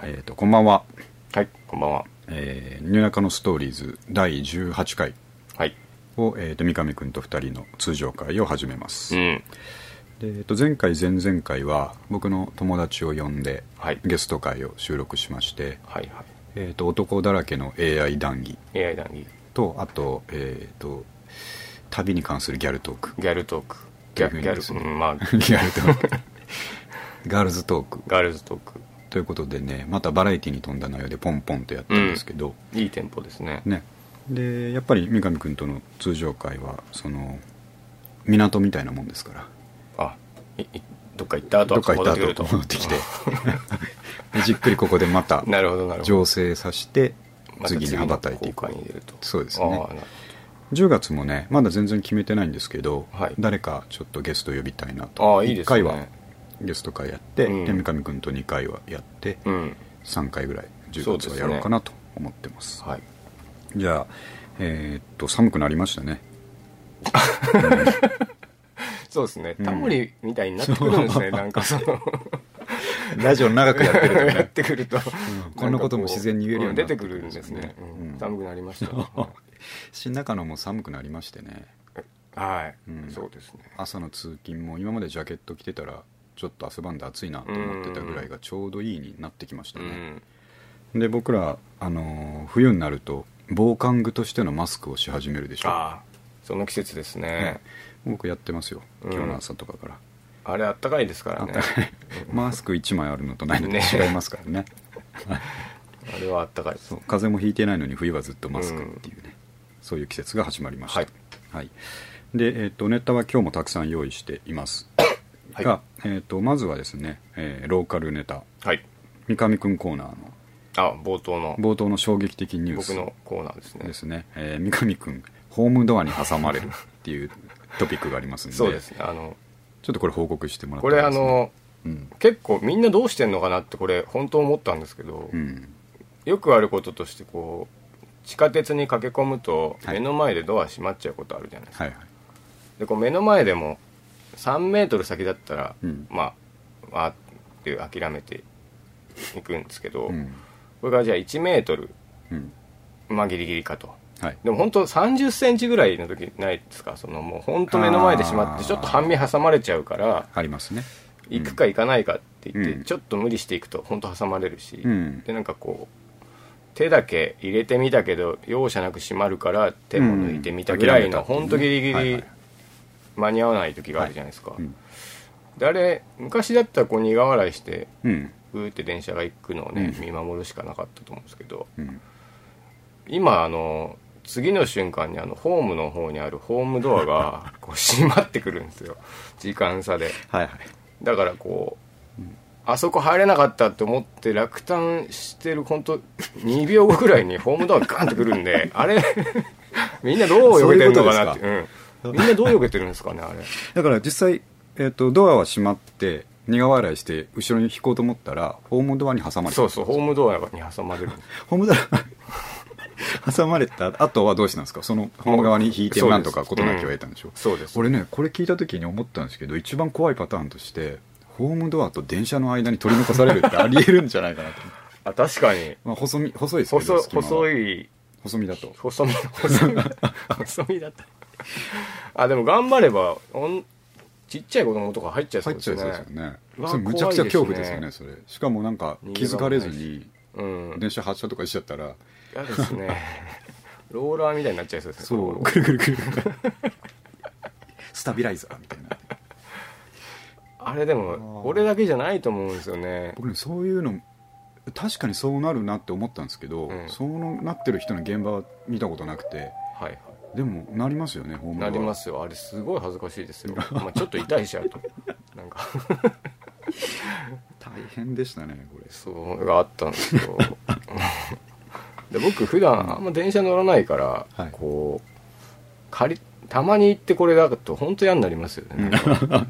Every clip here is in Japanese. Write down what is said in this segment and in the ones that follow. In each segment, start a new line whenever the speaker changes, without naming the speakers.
えー、とこんばんは、
はい、こんばんは。
えー、ニューナカのストーリーズ第18回
はい。
を、えー、と三上君と2人の通常会を始めます、
う
で
ん。
えー、と前回前々回は僕の友達を呼んで、
はい
ゲスト会を収録しまして、
はいは
えー、と男だらけの AI 談義
い。AI 談義、
とあと,、えー、と旅に関するギャルトーク
ギャルトーク、ギャギャル、うん、まあ、
ギャルトーク ガールズトーク
ガールズトーク。
ということでねまたバラエティに富んだ内容でポンポンとやったんですけど、
いいテンポですね。
ねでやっぱり三上君との通常会はその港みたいなもんですから
あ、いいどっか行った後
どっか行った
戻って
後
くる
戻ってきてで じっくりここでまた
なるほど、なるほど。
醸成させて
また
次に羽ばたいていく、
次の公開に出ると
そうですね
ああなる
10月もねまだ全然決めてないんですけど、
はい
誰かちょっとゲスト呼びたいな
あ
と
あいい
1
ですね
回はゲスト会やって、
うん
で三上君と2回はやって、
ほどうん。
3回ぐらい
そ
10
うで
月
す
は
ね
やろうかなと思ってます
はい。
じゃあえーっと寒くなりましたね
そうですね。
ん
タモリみたいになってくるんですね、なんかそ の、
ラジオ長くやってると
や っ
ね
てくると。
こんなことも自然に言えるようにな
出
って
て
く
く
る
る
ん
ん
で
ですす
ね
ね。う
うん
ん寒くなりました。
新中野も寒くなりましてね
はい
うん。
そうですね。
朝の通勤も今までジャケット着てたらちょっと汗ばんで暑いなと思ってたぐらいがちょうどいいになってきました
う
ね、
ん。
で僕ら、あのー冬になると防寒具としてのマスクをし始めるでしょ
ああ、その季節ですね
ね。僕やってますよ
うん
今日の朝とかから、
あれあったかいですからね。
マスク1枚あるのとないのと
ね
違いますからね
あれはあったかいです
そう風邪もひいてないのに冬はずっとマスクっていうね、そういう季節が始まりました、
はい
はいで、えっとネタは今日もたくさん用意しています、
はい
が、えっとまずはですね、えーローカルネタ
はい。
三上くんコーナーの
あ、冒頭の
冒頭の衝撃的ニュー
僕
ス
のコーナーですね
で。すね、えー三上くんホームドアに挟まれるっていうトピックがありますんで
そうですね。あの、
ちょっとこれ報告してもらって
これあ
いいですね
の、
うん
結構みんなどうしてんのかなってこれ本当思ったんですけど
う、ん
よくあることとしてこう、地下鉄に駆け込むと
はい
目の前でドア閉まっちゃうことあるじゃないですか。
はいはい
で、こう目の前でも3メートル先だったら
うん、
まあ、あーっていう諦めていくんですけど
う、ん
これからじゃあ1メートル、
うん
まあギリギリかと。
はい
でも本当三30センチぐらいの時ないですかそのもう本当目の前でしまっ
あ
て
ー
ちょっと半身挟まれちゃうから
ありますね
行くか行かないかって言って、
うん
ちょっと無理していくと本当挟まれるし、
うん
でなんかこう手だけ入れてみたけど容赦なく閉まるから手も抜いてみたぐらいの、
うん
本当ギリギ
はいは
リ
い
間に合わない時があるじゃないですか、
うん
であれ昔だったらこう苦笑いして
うん
うーって電車が行くのをね、
うん
見守るしかなかったと思うんですけど
うん
今あの次の瞬間にあのホームの方にあるホームド アがこう閉まってくるんですよ時間差で
はいはい
だからこう、あそこ入れなかったと思って落胆してる本当2秒後くらいにホームドアがガンってくるん であれみんなどう避けてるのかなって
そう
うん、みんなどう避けてるんですかねあれ
だから実際、えー、とドアは閉まって苦笑いして後ろに引こうと思ったらホームドアに挟まれた
そうそうホームドアに挟まれる
ホームドア 挟まれた後はどうしたんですかそのホーム側に引いて
そうで
な
す
んとか事なきを得たんでしょ、
そうです
俺ねこれ聞いた時に思ったんですけど一番怖いパターンとしてホームドアと電車の間に取り残されるってありえるんじゃない かなと思う、
あ確かに
まあ、細み細いですけど
細
隙間は
細い
細身だと
細身細身細身だったあでも頑張ればおんちっちゃい子供とか入っちゃいそ
入
う
っ
で
ち
す
ゃ
よ
いそうです
ね
よね
うわ
それむちゃくちゃ恐怖
怖い
で
ですす
よ
ね
ねそれしかもなんか気づかれずに
うん
電車発車とかしちゃったら
嫌ですねローラーみたいになっちゃいそうですね
そうくるくるくるスタビライザーみたいな
あれで
あー
も俺だけじゃないと思うんですよね
僕ねそういうの確かにそうなるなって思ったんですけど、
うん
そうなってる人の現場は見たことなくて
はいはい
でもなりますよねホームド
な
ア
りますよあれすごい恥ずかしいですよ、まあ、ちょっと痛いしあとなんか
大変でしたねこれ
そうがあったんで すよで僕普段あんま電車乗らないから、
はい
こう借りたまに行ってこれだと本当嫌になりますよねなんかなんか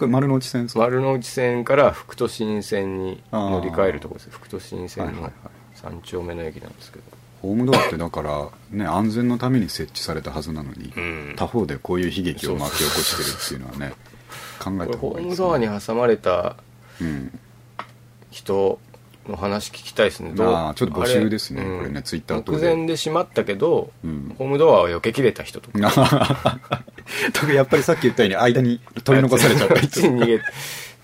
これ丸の内線そう
丸の内線から福都新線に乗り換えるとこです福都新
は
線
いはいは
の
い
三丁目の駅なんですけど、
ホームドアってだからね安全のために設置されたはずなのに、
うん
他方でこういう悲劇を巻き起こしてるっていうのはね考え
これ
た方
ホ
がいい
ーム
です、
ドア
ね
に挟まれた
うん、
人の話聞きたいですね。どう
まあちょっと募集ですね
あ
これねツイッター等
目
で
前で閉まったけど、
うん
ホームドアを避けきれた人とか。
だからやっぱりさっき言ったように間に取り残されちゃった
あっ
り
ち
とか
に逃げて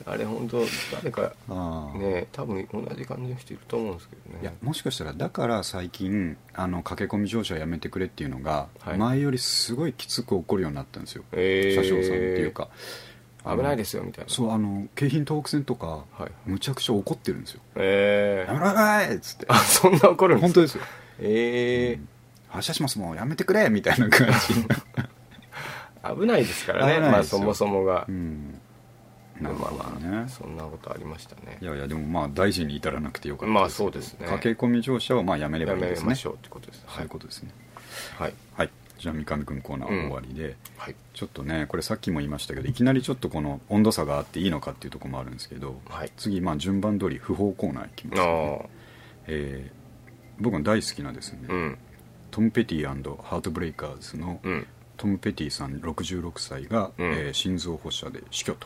あれ本当誰か
ああ
ね多分同じ感じの人いると思うんですけどね
いやもしかしたらだから最近あの駆け込み乗車やめてくれっていうのが、
はい
前よりすごいきつく起こるようになったんですよ、
え
車
ー
掌さんっていうかあの
危ないですよみたいな
そうあの京浜東北線とか、
はい
むちゃくちゃ怒ってるんですよ「
え
や
え
めろーい!」っつって
あそんな怒るんで
本
す
当
か
ですよ
え
発車しますもうやめてくれみたいな感 じ、
え危ないですからね
危ないですよ
まあそもそもが
うん、なるほどね、
まあまあそんなことありましたね
いやいやでもまあ大事に至らなくてよかった
まあそうですね
駆け込み乗車はまあやめれば
や
いいで
め
すね
ましょうってことです
そういうことですね
はい
はいじゃあ三上君コーナー終わりで、
はい
ちょっとねこれさっきも言いましたけどいきなりちょっとこの温度差があっていいのかっていうところもあるんですけど、
はい
次まあ順番通り不法コーナーいきます、
ああ
えー僕の大好きなですね、
うん
トム・ペティハートブレイカーズの
うん
トム・ペティさん66歳が、
うん
えー心臓発射で死去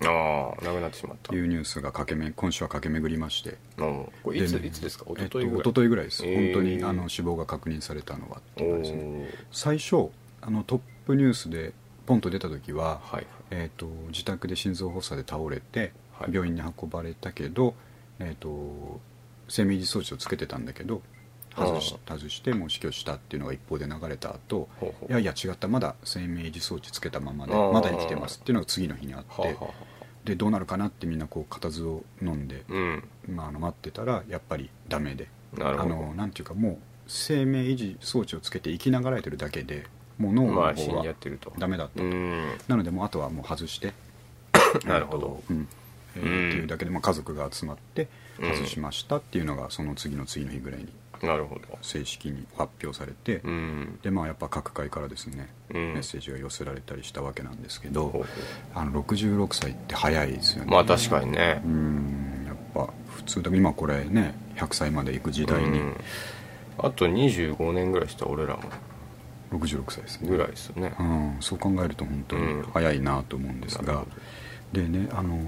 ああなくなってしまった
というニュースが駆けめ今週は駆け巡りまして
うんこれいつ
でね
いつですか一昨日ぐら
えっ
い
と一昨日ぐらいです、
えー
本当にあの死亡が確認されたのはって
お
いう感じですね
ー
最初あのトップニュースでポンと出た時は、
はい
えー、と自宅で心臓発作で倒れて、
はい
病院に運ばれたけど、えー、と生命維持装置をつけてたんだけど外し外してもう死去したっていうのが一方で流れた後
ほうほう
いやいや違ったまだ生命維持装置つけたままで
あー
まだ生きてますっていうのが次の日にあって
はあはあはあ
でどうなるかなってみんなこう固唾を飲んで、
うん
まあ、あの待ってたらやっぱりダメで
なるほど
あのなんていうかもう生命維持装置をつけて生きながらえてるだけでもう脳の
まあ死
方
んじゃ
は
ってると
ダメだった、
うん
なのでもうあとはもう外して
なるほど
えっとうんえ
うん
ーっていうだけで、まあ、家族が集まって
うん
外しましたっていうのがその次の次の日ぐらいに
なるほど
正式に発表されて、
うん
でまあやっぱ各界からですね、
う
メ
ん
ッセージが寄せられたりしたわけなんですけ
ほうほ
ど
う
あの66歳って早いですよね、
まあ確かにね
うんやっぱ普通だ今これね100歳まで行く時代に
うんあと25年ぐらいしたら俺らも
66歳ですね
ぐらいですよね
うん、そう考えると本当に早いなと思うんです
な
が
る、
でねあの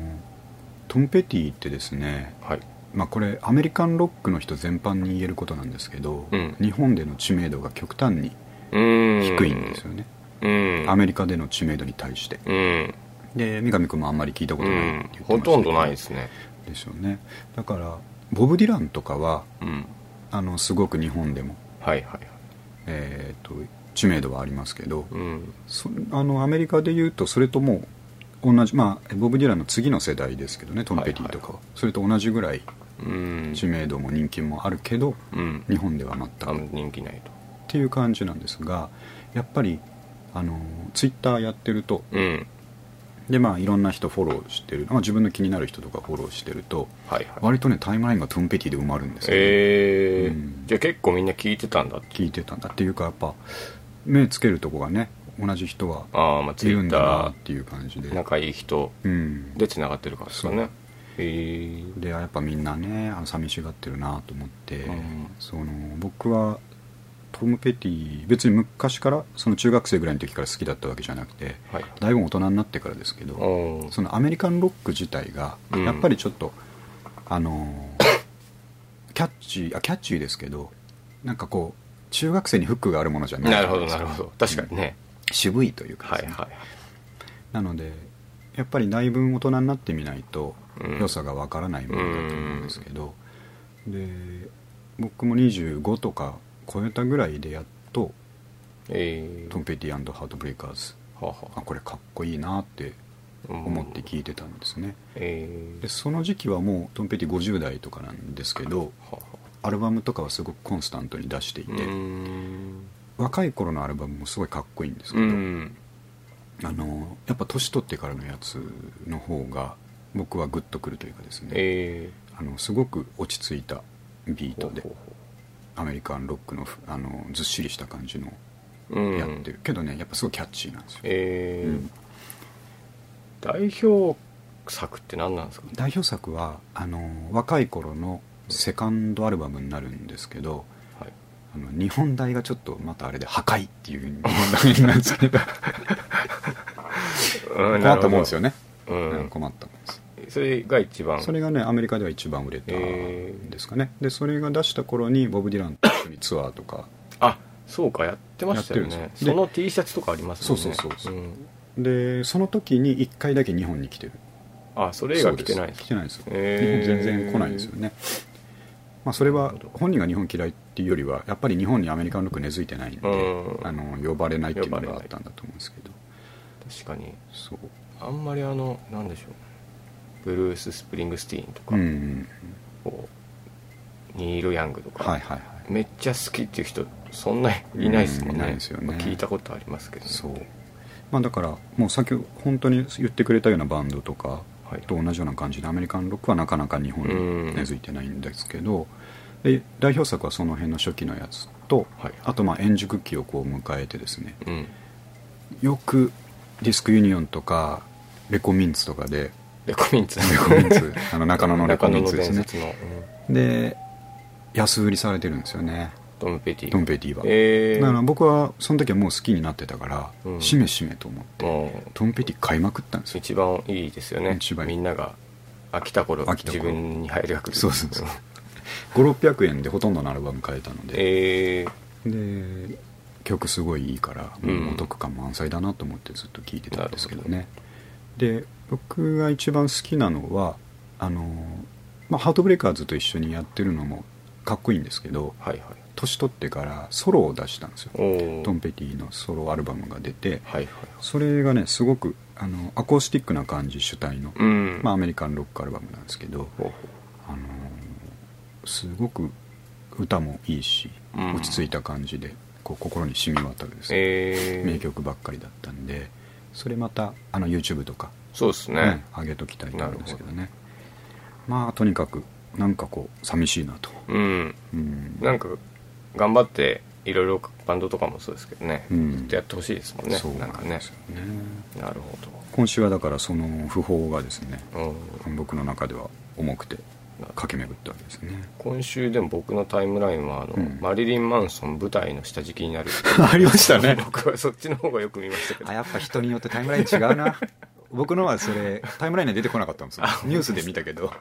トム・ペティってですね、
はい
まあ、これアメリカンロックの人全般に言えることなんですけど、
うん
日本での知名度が極端に
うん
低いんですよね、
うん
アメリカでの知名度に対して
うん
で三上君もあんまり聞いたこ
う
とないっ
ん
て言ってましたけど、
ほとんどないですね
ですよねだからボブ・ディランとかは
うん
あのすごく日本でも、
はいはいはい
えー、と知名度はありますけど、
うん
そあのアメリカで言うとそれともう同じまあボブ・ディランの次の世代ですけどねトンペティとかは、それと同じぐらい
うん
知名度も人気もあるけど、
うん
日本では全
あ
く
ん
っ
ま人気ないと
ていう感じなんですがやっぱりあのツイッターやってると
うん
でまあいろんな人フォローしてる、まあ、自分の気になる人とかフォローしてると
はいはい
割とねタイムラインがトンペティで埋まるんですよ、
え
うん
ーじゃあ結構みんな聞いてたんだって
聞いてたんだっていうかやっぱ目つけるとこがね同じ人は
ああまあ
い
ツイ
るん
ッ
だな
タ
っていう感じ
ー
で
仲いい人
うん
で繋がってるからですか
そ
ね
う
へえ
でやっぱみんなねあの寂しがってるなと思って、
うん
その僕はトム・ペティ別に昔からその中学生ぐらいの時から好きだったわけじゃなくて
はい
だいぶ大人になってからですけど
おー
そのアメリカンロック自体が
うん
やっぱりちょっと、あのキャッチーあキャッチーですけどなんかこう中学生にフックがあるものじゃない
なるほどなるほど確かにね
渋いというか
は
です
い
ね、
はい
なのでやっぱりだいぶ大人になってみないと
うん
良さがわからないものだと思うんですけど、で僕も25とか超えたぐらいでやっと
えー
トンペティハートブレイカーズ
はあは
あこれかっこいいなって
あうん
思って聞いてたんですね、
えー
でその時期はもうトンペティ50代とかなんですけど
はあは
アルバムとかはすごくコンスタントに出していて、
あうーん
若い頃のアルバムもすごいかっこいいんですけ
う
ど、
ん
あのやっぱ年取ってからのやつの方が僕はグッとくるというかですね、
えー
あのすごく落ち着いたビー
ほ
ト
う
で
ほ
アメリカンロックのふあのずっしりした感じの
うほううん
やってる、けどねやっぱすごいキャッチーなんですよ
えー
うん
代表作って何なんですか
代表作はあの若い頃のセカンドアルバムになるんですけど
はい
あの日本代がちょっとまたあれで「破壊」っていう日本代なん ですけど
うん
困ったもんですよね、
う
うん
ん
困ったもんです
それが一番
それがねアメリカでは一番売れた
へ
ん
ー
ですかね、でそれが出した頃にボブ・ディランと一緒にツアーとか
あそうかやってましたよ
やってる
ね
んですよ
その T シャツとかありますよね
そうそうそうそうんでその時に1回だけ日本に来てる
あそれ以外着てないん
で
ですす
来てないんですよ、
へー
日本全然来ないんですよね、まあ、それは本人が日本嫌いっていうよりはやっぱり日本にアメリカのロック根付いてないんで、
うん
あの呼ばれないっていうのがあったんだと思うんですけど
確かに
そう
あんまりあのなんでしょうブルース・スプリングスティーンとか、
うんうん
こうニール・ヤングとか、
はいはいはい
めっちゃ好きっていう人そんないないです
う
もん
ん
ね
いないですよね
まあ聞いたことありますけど、ね、
そうまあだからもう先ほど本当に言ってくれたようなバンドとか
はい
と同じような感じでアメリカンロックはなかなか日本
う
に
ん
根付いてないんですけどで代表作はその辺の初期のやつと
はい
あとまあ円熟期をこう迎えてですね
うん
よくディスクユニオンとかレコミンツとかで
レコミンツ
レコミン ツあの中野のレコ
中
ミン
野の
ツで
伝
すね
説の、うん
で安売りされてるんですよね
ドン・ペティ
ドンペティは、
えー、
だから僕はその時はもう好きになってたから、
うん
しめしめと思って
もう
ドンペティ買いまくったんですよ
一番いいですよね
一番いい
みんなが飽きた頃
飽きた頃
自分に入りが来る
そうそうそう5600円でほとんどのアルバム買えたので、
え
で曲すごいいいから、
うん
もうお得感満載だなと思ってずっと聴いてたんですけどねで僕が一番好きなのはあの、まあ、ハートブレイカーズと一緒にやってるのもかっこいいんですけど
ー、はいはい
年取ってからソロを出したんですよ
おお
トンペティのソロアルバムが出て
はいはい
それがねすごくあのアコースティックな感じ主体の、
うん
まあ、アメリカンロックアルバムなんですけど、
ほうほ
あのーすごく歌もいいし、
うん
落ち着いた感じでこう心に染み渡るですね、
えー、
名曲ばっかりだったんでそれまたあの YouTube とか、
そうですね、
ね上げときたいと思うんですけどねまあとにかくなんかこう寂しいなと、
うん
うん
なんか頑張っていろいろバンドとかもそうですけどね、
うん
ずっとやってほしいですもんね
そう
な
なんん
かね
ですよね
なる
今週はだからその訃報がですね
ほど、うん、
僕の中では重くて駆け巡ったわけですね
今週でも僕のタイムラインはあの、
うん
マリリン・マンソン舞台の下敷きになる
ありましたね
僕はそっちの方がよく見ましたけど
あやっぱ人によってタイムライン違うな僕のはそれタイムラインには出てこなかったんですよニュースで見たけど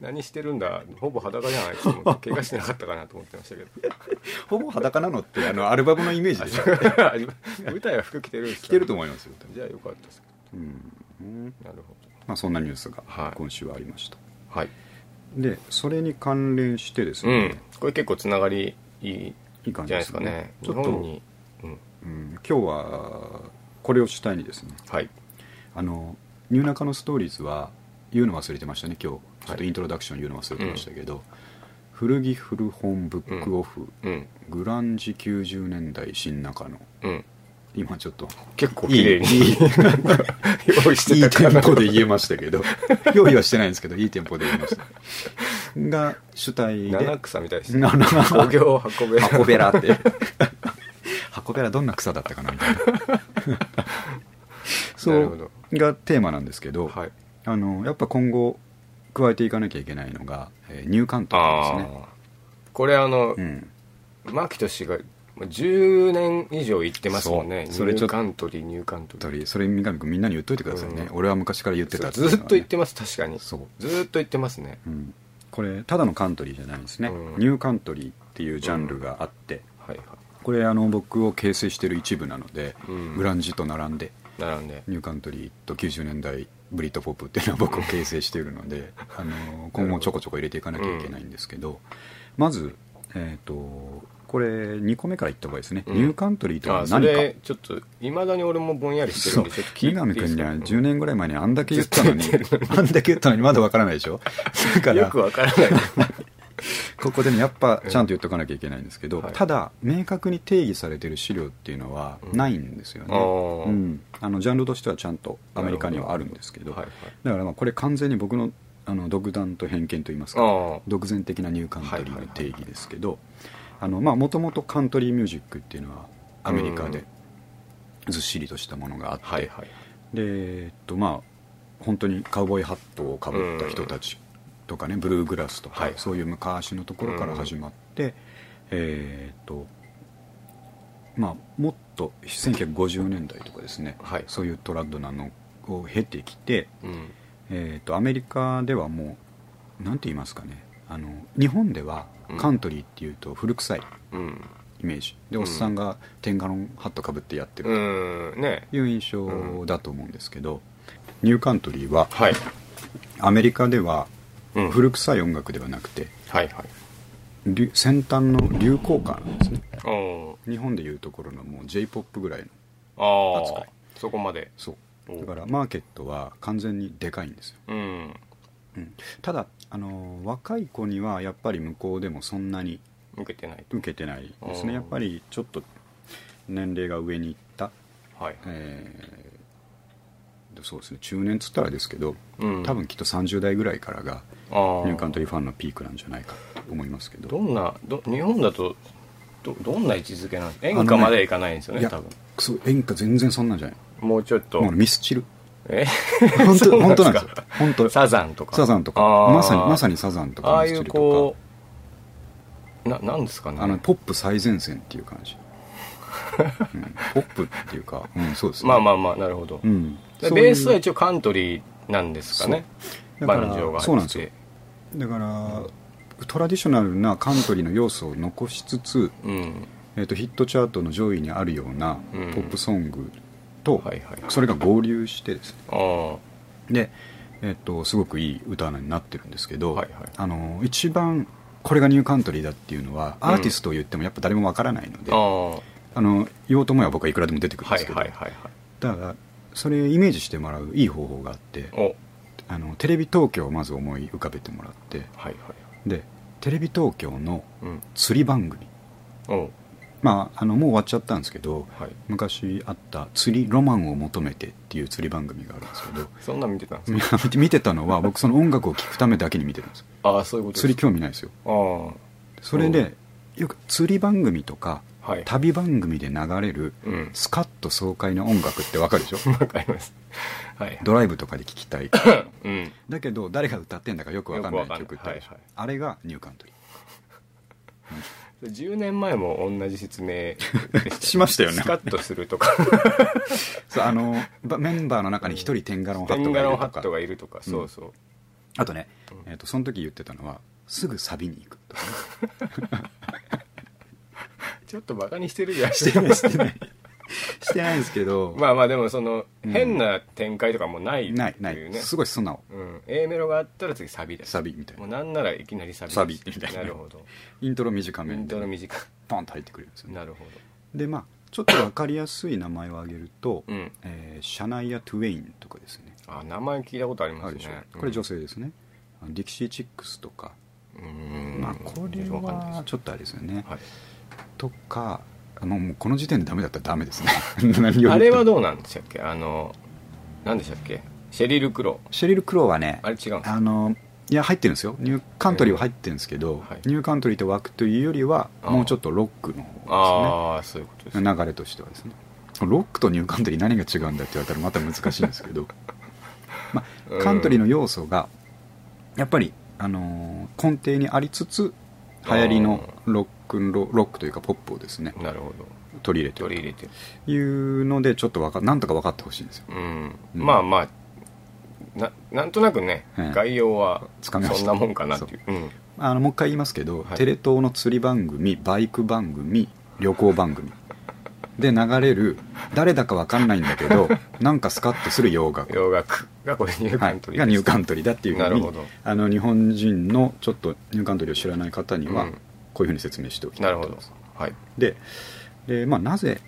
何してるんだほぼ裸じゃないですか怪我してなかったかなと思って ましたけ
ほぼ裸なのってあのアルバムのイメージでしょ
ど舞台は服着てるんですか
聞けると思いますよ、
じゃあよかったです
うん
なるほど
まあ、そんなニュースが
はい
今週はありました、
はい
でそれに関連してです
う
ね
ん、これ結構つながりいい
いい感
じ
じで
ゃないですす
よ
か
ね
ね
ちょっ
日
と、
本に、うん、
うん今日はこれを主体にですね
はい
あの「ニューナカのストーリーズ」は言うの忘れてましたね今日ちょっとイントロダクション言うの忘れてましたけど、古着古本ブックオフ、
うん
グランジ90年代新中野
うん
今ちょっと
結構綺麗に用意
い
して
い
たか
店
ら
舗で言えましたけ ど用意はしてないんですけどいい店舗で言えましたが主体
七
で
草みたいですね
七
五行運べ
箱べらって 箱べらどんな草だったかなみたいなそ
なるほど
うがテーマなんですけど、
はい
あのやっぱ今後加えていかなきゃいけないのが、えー、入管と
あ
か
あ
ですね
これあの
うん
牧俊が10年以上行ってますもんね
そうそれ
ニ
ち
ュ
ょっ
ー
と
カントリーニューカントリー
とりそれ三上君みんなに言っといてくださいね、
うん
俺は昔から言ってたっていう
そう
のは
ず
ね
っと言ってます確かにず
そう
っと言ってますね
うんこれただのカントリーじゃないんですね、
うん
ニューカントリーっていうジャンルがあって、
はいは
これあの僕を形成してる一部なので、
うん
グランジと並んで
い並んで
ニューカントリーと90年代ブリッドポップっていうのは僕を形成しているの であの今後ちょこちょこ入れていかなきゃいけないんですけど、まず、えー、とこれ2個目から言った方がいいですね、
うん
ニューカントリーと
あ
は
そ
何か
れちょっといまだに俺もぼんやりしてる
そ
ん
う
でちょっと聞
三
い
上
ていい
君には
ですか
10年ぐらい前にあんだけ言ったのにあんだけ言ったのにまだわからないで しょだか
よ
ら
くわからない
ここでねやっぱちゃんと言っとかなきゃいけないんですけど、
はい
ただ明確に定義されてる資料っていうのはないんですよね、
あー
うんあのジャンルとしてはちゃんと アメリカにはあるんですけど
はいはい
だからまあこれ完全に僕のあの独断と偏見といいます
あ
か
あ
独善的なニューカントリーの定義ですけどもともとカントリーミュージックっていうのはアメリカでずっしりとしたものがあって、
はいはい
でえっとまあ本当にカウボーイハットをかぶった人たちとかね、ブルーグラスとか、
はい
そういう昔のところから始まって、えっとまあもっと1950年代とかですね、
はい
そういうトラッドなのを経てきて
うん
えー、とアメリカではもうなんて言いますかねあの日本ではカントリーっていうと古臭い
うん
イメージでおっさんがテンガロンハットかぶってやって
う
る
ーんね
という印象だと思うんですけど、ニューカントリーは
はい、
アメリカでは
うん、はい
古臭い音楽ではなくて
はい
流先端の流行歌なんですね
うん
日本でいうところのもう j p o p ぐらいの
あ
扱
あ
い
そこまで
そう
お
だからマーケットは完全にでかいんですよ、
うん
うん、ただあの若い子にはやっぱり向こうでもそんなに
受けてないと
受けてないです
うん
ねやっぱりちょっと年齢が上にいった、
はい、
えーそうですね中年っつったらですけど、
うん
多分きっと30代ぐらいからが
あー
ニューカントリーファンのピークなんじゃないかと思いますけど
どんなど日本だとどどんな位置づけなんですか演歌まではいかないんですよね
いや
多分
そう演歌全然そんなんじゃない
もうちょっと
もうミス チル
え
本
そ
当
うな
本
んで
当
す
な
か
んですよ本当
サザンとか
サザンとか
あー
まさにまさにサザンと
あ
か
あ
ミ
い
スチ
う
ルと
こ
か
うななんですかね
あのポップ最前線っていう感じ、うんポップっていうか、うん、そうですね
まあまあまあなるほど、
うん、
で
そういう
ベースは一応カントリーなんですかね
そうだ
バ
から
ンジョーが
そう
入
なんで
って
すよ
て
だからトラディショナルなカントリーの要素を残しつつ、
うん
えー、とヒットチャートの上位にあるようなポ
うん
ップソングと、
はいはい
それが合流してですね
ああは
で、えー、とすごくいい歌になってるんですけど、
はいはい
あの一番これがニューカントリーだっていうのは
うん
アーティストを言ってもやっぱ誰もわからないので、
ああは
あの言おうと思えば僕はいくらでも出てくるんで
い
す
は
けど、
いはいはい
だからそれイメージしてもらういい方法があって
おはい
あのテレビ東京をまず思い浮かべてもらって
はい
でテレビ東京の
うん
釣り番組
お
まああのもう終わっちゃったんですけど
はい
昔あった「釣りロマンを求めて」っていう釣り番組があるんですけど
そんなん見てたんですか
み 見てたのは僕その音楽を聴くためだけに見てるんです
ああそういうこと
釣
で
り
す
興味ないですよ
ああは
それでよく釣り番組とか
い
旅番組で流れる
うん
スカッと爽快な音楽ってわかるでし ょ
わかりますはい
ドライブとかで聴きたい
うん
だけど誰が歌ってんだかよくわかんな
よくわ
い
かんない
曲ってあるでしょ
はいはい
あれがニューカントリ
10年前も同じ説明で
しましたよね
スカッとするとか
ーそうあのばメンバーの中に一人テンガロンハ
テ
ッ
ン
トが
ガ
い
ロン
る
ハ
と
ット
か
がいるとかそうそう
あとね、えー、とその時言ってたのはすぐサビに行くとかね
ちょっとバカにしてるじゃん
して ないしてないしてないんですけど、
まあまあでもその
ん
変な展開とかもないって
ないない
いうね
すごい素直
うん、A メロがあったら次サビだ
サビみたい
も
な
うなんならいきなりサビ
サビみたいな
るほど
イントロ短
イ
め
ン
で
トロ短く
ポンと入ってくれるんですよね
なるほ
でまあちょっと分かりやすい名前を挙げると、
どうん
えーシャナイア・トゥウェインとかですね
あ名前聞いたことあり
あ
ます
るでしょ
ね
これ女性ですね、あのディキシー・チックスとか、
うん
まあこれ
わかんない
は
で
ちょっとあれですよね、
すはい
とかあのもうこの時点でダメだったらダメですね 何を言っても
あれはどうなんでしたっけあの何でしたっけシェリル・クロウ
シェリル・クローはね
あれ違うんですか
あのいや入ってるんですよニューカントリーは入ってるんですけど、
ええはい
ニューカントリーと枠というよりは
あー
もうちょっとロックの方
ああそういうことで
です
す
ね流れとしてはですねロックとニューカントリー何が違うんだって言われたらまた難しいんですけど、ま
うん
あ、カントリーの要素がやっぱり、あのー根底にありつつ流行りのロックンロロックというかポップをですね
なるほど
取り入れて
取
る
り入れてる
というのでちょっとわかなんとか分かってほしいんですよ
うん、
うん
まあまあななんとなくね、
ええ
概要は
つ
そ
か
ん
めました
なもんかなっていううん
あのもう一回言いますけど、
はい
テレ東の釣り番組バイク番組旅行番組で流れる誰だかわかんないんだけ どなんかスカッとする洋楽
洋楽がこれニューカントリー
が
です
ニューカントリーだっていうふ
な
う
る
に
ほど
あの日本人のちょっとニューカントリーを知らない方には、
うん
こういうふうに説明しておきた
ないる
と
ほ
思い
ど
ます
はい
でで、まあ、なぜ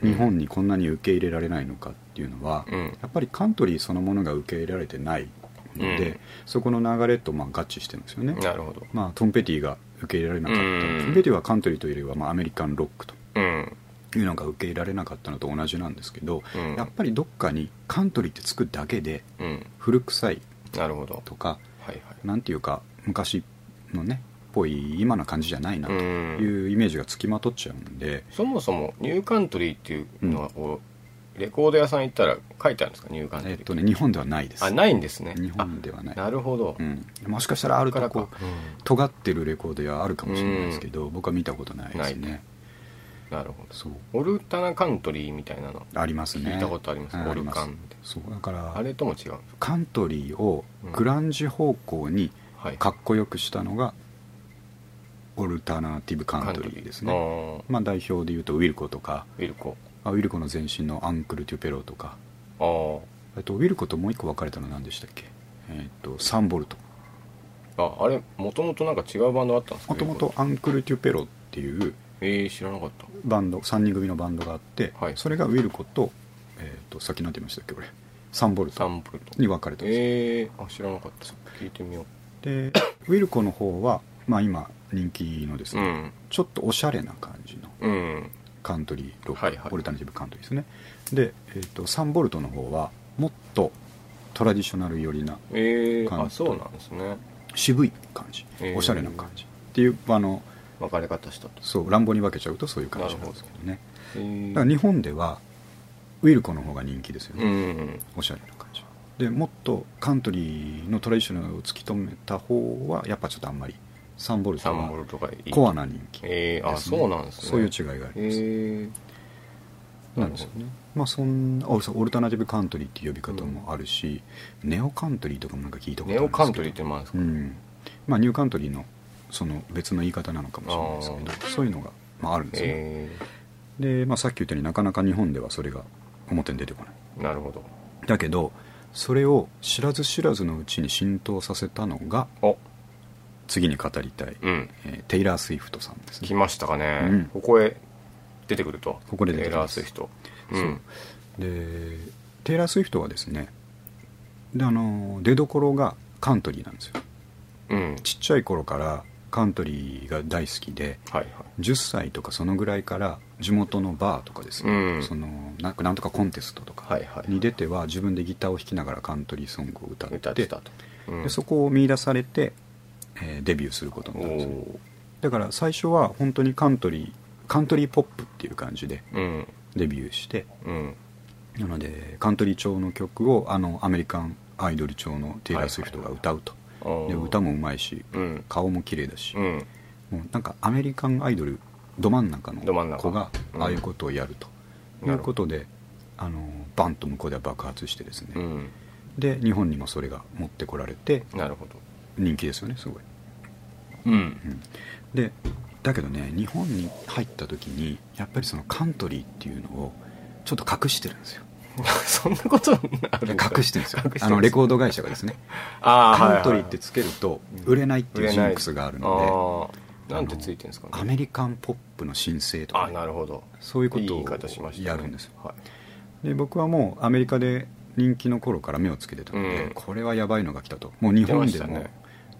日本にこんなに受け入れられないのかっていうのは、
うん
やっぱりカントリーそのものが受け入れられてないので、
うん
そこの流れとまあ合致してるんですよね、
なるほど
まあ、トンペティが受け入れられなかった、
うん
トンペティはカントリーというよりは、まあ、アメリカンロックと
うん
いうのが受け入れられなかったのと同じなんですけど、
うん
やっぱりどっかにカントリーってつくだけで
うん
古臭い
なるほど
とか
はい
なんていうか昔のねっぽい今の感じじゃないな
はい
と
うん
いうイメージがつきまとっちゃうんで、
そもそもニューカントリーっていうのはこうレコード屋さん行ったら書いてあるんですかニューカント
え
リ
っ
ー
とね日本ではないです
あないんですね
日本ではない
あなるほど
うん、もしかしたらある
だから
と
か
こ尖ってるレコード屋あるかもしれないですけど、僕は見たことないです
な
ね
なるほど
そう
オルタナカントリーみたいなの
ありますね
聞いたことあります
うん
オルカン
ありますそうだから
あれとも違う
カントリーを
うん
グランジ方向に
はい
かっこよくしたのがオルタナティブカントリーですね
あ
まあ代表でいうとウィルコとか
ーウィルコ
あウィルコの前身のアンクル・トゥペロとか
あー
えっとウィルコともう一個分かれたのは何でしたっけえっとサンボルト
ああれもともとなんか違うバンドあったんですか
もともとアンクル・トゥペロっていう
ええー、知らなかった
バンド3人組のバンドがあって、
はい
それがウィルコと,、えっとさっき何て言いましたっけ俺サンボル
サ
ト
ンプルと
に分かれたんですよ
えー、あ知らなかった聞いてみよ
でウィルコの方は、まあ、今人気のです
うう
ね、
ん
ちょっとおしゃれな感じの
うん
カントリーロック、
はいはい
オルタナティブカントリーですねで、えー、とサンボルトの方はもっとトラディショナル寄りな
ええ
カントリー
あそうなんですね
渋い感じ、
えー
おしゃれな感じっていうあの
分かれ方したと
そう乱暴に分けちゃうとそういう感じなんですけどね
えー
だから日本ではウィルコの方が人気ですよね、
うん
おしゃれな感じでもっとカントリーのトラディショナルを突き止めた方はやっぱちょっとあんまりサンボルト
サンボ
は
ルとかいい
コアな人気
えー、あ
ですね
そうなんですね
そういう違いがあります、
えー、
なんですよねまあそんなあそうオルタナティブカントリーっていう呼び方もあるし、ネオカントリーとかもなんか聞いたことある
ネ
ん
オ
ですけ
カ
ど
ントリーってなんですか、
うんまあニューカントリーのその別の言い方なのかもしれないですけどそういうのが、まあ、あるんですよね、
え
で、まあ、さっき言ったようになかなか日本ではそれが表に出てこない
ー、なるほど
だけどそれを知らず知らずのうちに浸透させたのが
あ
次に語りたい、
うん
えーテイラー・スウィフトさんです
来
ね
ましたかね、
うん
ここへ出てくると
ここで出てき
エラ
ま
ー
す
ス人うん
でテイラー・スウィフトはですねであのー出どころがカントリーなんですよ
うん
ちっちゃい頃からカントリーが大好きで
はいはい
10歳とかそのぐらいから地元のバーとかですね、
うん
そのなんかなんとかコンテストとか
はいはい
に出ては自分でギターを弾きながらカントリーソングを歌って
歌ってたと、うん
でそこを見出されて、えーデビューすることに
お
なるんですね
ー
だから最初は本当にカントリーカントリーポップっていう感じで
うん
デビューして
うん
なのでカントリー調の曲をあのアメリカンアイドル調のテイラー・スウィフトが歌うと、
あー
で歌もうまいし
うん
顔も綺麗だし、
うん
もうなんかアメリカンアイドルど真ん中
ど真ん
の
中
子が
うん
ああいうことをやると、いうことであのバンと向こうでは爆発してですね、
うん
で日本にもそれが持ってこられて
なるほど
人気ですよねすごい
うん
でだけどね日本に入った時にやっぱりそのカントリーっていうのをちょっと隠してるんですよ
そんなことになるんだ
隠してるんですよ
隠してる
あのレコード会社がですね
あーはいは
カ
い
ントリーってつけると売れないっていうジンクスがあるの
でなんてついてるんですか
でア
ね
メリカンポップの申請と
あ
か
な
ね
るほど
そういうこ
いい
と
言
を
い方しましたね
やるんですよ
はい
で僕はもうアメリカで人気の頃から目をつけてたので、
うん
これはやばいのが来たともう日本で
出ました
も、
ね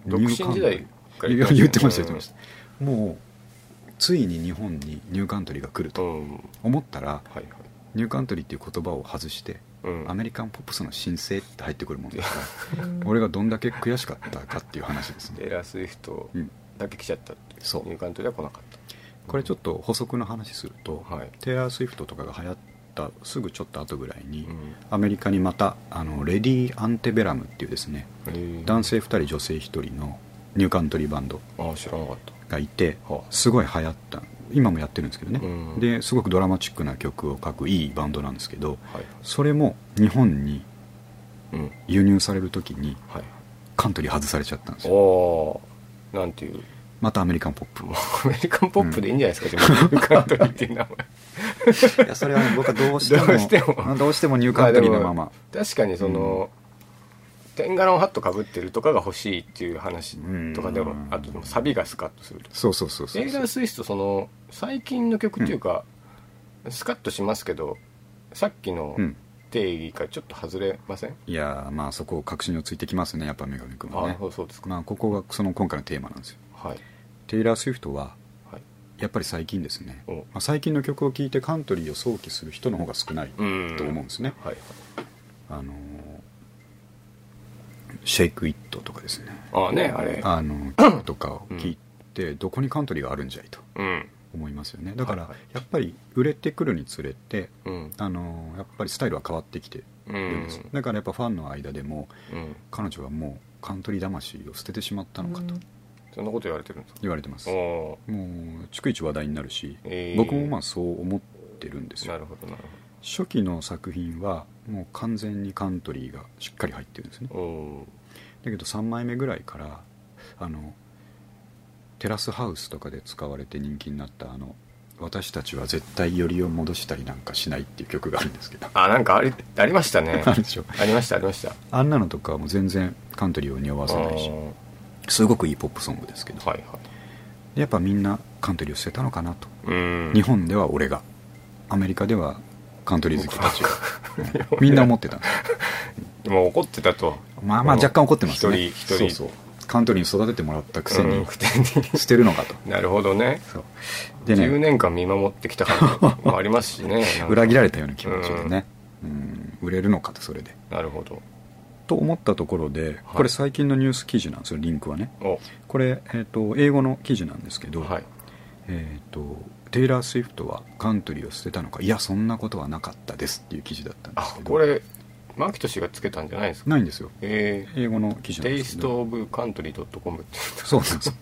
ニューカントリー
独身時代から言ってましたね
いや言ってました言
うん
ってました、もうついに日本にニューカントリーが来る
う
と
んはい
思ったら、
はい
ニューカントリーっていう言葉を外して、
うん
アメリカンポップスの申請って入ってくるもんですから 俺がどんだけ悔しかったかっていう話です
テイ
ね
ラー・スウィフト
うん
だけ来ちゃったってい
そう
入管とでは来なかっ
これちょっと補足の話すると、
はい
テイラー・スウィフトとかが流行ったすぐちょっと後ぐらいに、
た、うん
アメリカにまたあのレディー・アンテベラムっていうですね
えー、
男性2人女性1人のニューカントリーバンド
ああ知らなかっ
がいて
はあ
すごい流行った今もやってるんですけどね、
うん
ですごくドラマチックな曲を書くいいバンドなんですけど
たはい
それも日本に
うん
輸入される時に
はい
カントリー外されちゃったんですよ
おーなんていう
またアメリカンポップ
もうアメリカンポップでいいんじゃないですか、じゃあニューカントリーっ ていう名前
いやそれは、僕はどう
しても どうしても
どうしてもニュー
ま
カ
あ
ン
で
ト
も
リーのまま
確かにその、天柄のハットかぶってるとかが欲しいっていう話とかでも、
うん
あとでもサビがスカッとするとか
そうそうそうそう
テイラー・スウィストその最近の曲っていうか、スカッとしますけどさっきの
うん
定義からちょっと外れません、
いやーまあそこを確信をついてきますねやっぱ女神くん
あ
はね
そうそうですか
まあここがその今回のテーマなんですよ
はい
テイラー・スウィフトは
はい
やっぱり最近ですね、
お
まあ、最近の曲を聴いてカントリーを想起する人の方が少ないと
うん
思うんですね、
はい
あのシェイク・イットとかですね
ああねあれ
あ の曲とかを聴いてどこにカントリーがあるんじゃいと
うん
思いますよねだから
はいはい
やっぱり売れてくるにつれて
うん
あのやっぱりスタイルは変わってきて
う
るんです、
ん
だからやっぱファンの間でも
うん
彼女はもうカントリー魂を捨ててしまったのかと
そんなこと言われてるんですか
言われてます
おお
もう逐一話題になるし、
えー
僕もまあそう思ってるんです
ーな
よ
るほどなる
初期の作品はもう完全にカントリーがしっかり入ってるんですね
ほどお
だけど3枚目ぐらいからあのテラスハウスとかで使われて人気になったあの「私たちは絶対よりを戻したりなんかしない」っていう曲があるんですけど
あなんかありありましたね
あるでしょ
ありましたありました
あんなのとかはもう全然カントリーを匂わせないし
おー
すごくいいポップソングですけど
はいはい
やっぱみんなカントリーを捨てたのかなと
うん
日本では俺がアメリカではカントリー好きたちがみんな思ってたんです
もう怒ってたと
まあまあ若干怒ってますね
一人一人
そうそうカントリーに育ててもらったくせ
うん
に
くせに
捨てるのかと
なるほどね
そうで
10
ね
年間見守ってきた 感じもありますしね
裏切
れ
られたような気持ちでねうん売れるのかとそれで
なるほど
と思ったところでこれ最近のニュース記事なんですよリンクはね
お
これ、えー、と英語の記事なんですけど、
はい
えー、とテイラー・スウィフトはカントリーを捨てたのかいやそんなことはなかったですっていう記事だったんで
あ
すけど
これマキト氏がつけたんじゃないですか
ないんですよ
え
英語の記
ー、
事なん
テイ
です
ス
けど
トオブカントリー .com って
そうなんです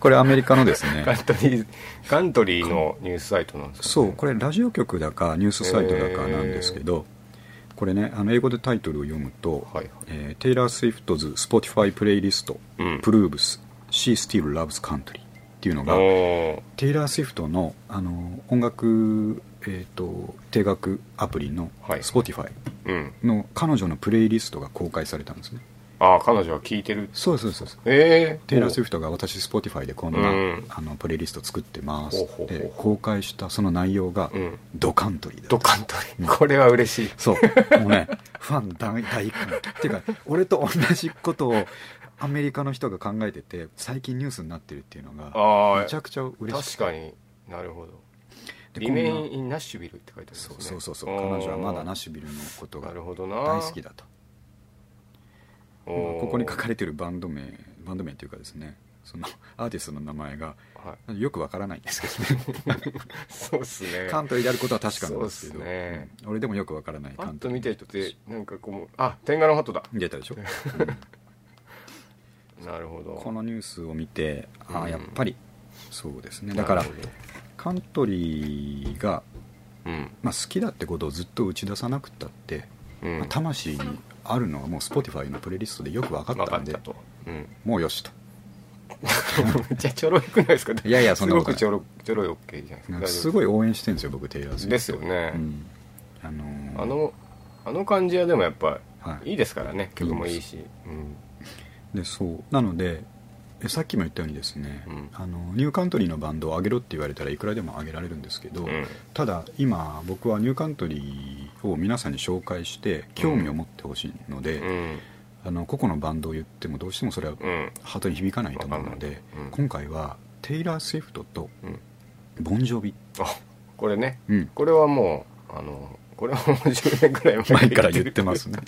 これアメリカのです ね
カントリーカントリーのニュースサイトなんですか、
そうこれラジオ局だかニュースサイトだかなんですけど、これねあの英語でタイトルを読むと、
はいはい
えーテイラー・スウィフトズ Spotify プレイリスト
うん
プルーブス She Still Loves Country っていうのが
お
テイラー・スウィフトのあの音楽、えー、と定額アプリの
はい
Spotify
ーうん
の彼女のプレイリストが公開されたんですね
ああ彼女は聞いてる
そうですそうですそうです
ええ
テイラー・スウィフトが私 Spotify でこんな、
うん
あのプレイリスト作ってます
ほうほうほう
で公開したその内容が、
うん
ドカントリーだった
ドカントリーこれは嬉しい
そう。もうね、ファン大大歓喜。っていうか、 俺と同じことをアメリカの人が考えてて、最近ニュースになってるっていうのが、
ああ
めちゃくちゃ嬉し
確
い。
かになるほど「
で
リ
こんな
メイン・イン・ナッシュビル」って書いてあるんです
そ
ね
うそうそうそう。彼女はまだナッシュビルのこと
ュ
が
なるほどな
大好きだと。
お
まあ
ー
ここに書かれてるバンド名、バンド名っていうかですね、そのアーティストの名前が、
はい
よくわからないんですけどね。
そうっすね
カントリーであることは確かなんですけ
そ
ど、
うっすね
うん俺でもよくわからない
パ
カ
ッ
ント
と
リー
見て
の
っ
人たち
てなんかこうあ天下の鳩だ
出たでしょ
なるほど
このニュースを見てあ
う
あ
ん
やっぱりそうですねだから
なるほど
カントリーが、
うん
まあ、好きだってことをずっと打ち出さなくったって、
うん
まあ魂にあるのはもう Spotify のプレイリストでよく分か
分
った
か
ん
っ
で
たとうん
もうよしと
めっちゃちょろいくないですか
いやいやそんなこと
すご
ない
くちょろちょろい OK じゃないですか
す
い
ごい応援してるんですよ僕テイラー・スウィフト
ですよね
うんあのー
あのあの感じはでもやっぱ
はい
いいですからね曲もいいしうん
でそうなのでえさっきも言ったようにですね、
うん
あのニューカントリーのバンドを上げろって言われたらいくらでも上げられるんですけど、
うん
ただ今僕はニューカントリーを皆さんに紹介して興味を持ってほしいので、
うん
あの個々のバンドを言ってもどうしてもそれは
うん
ハートに響かないと思うの
わ
で
かん、ないうん
今回はテイラー・スウィフトと
うん
ボンジョビ、
あこれね
うん、
これはもうあのこれはもう10年くらい前
前から言ってますね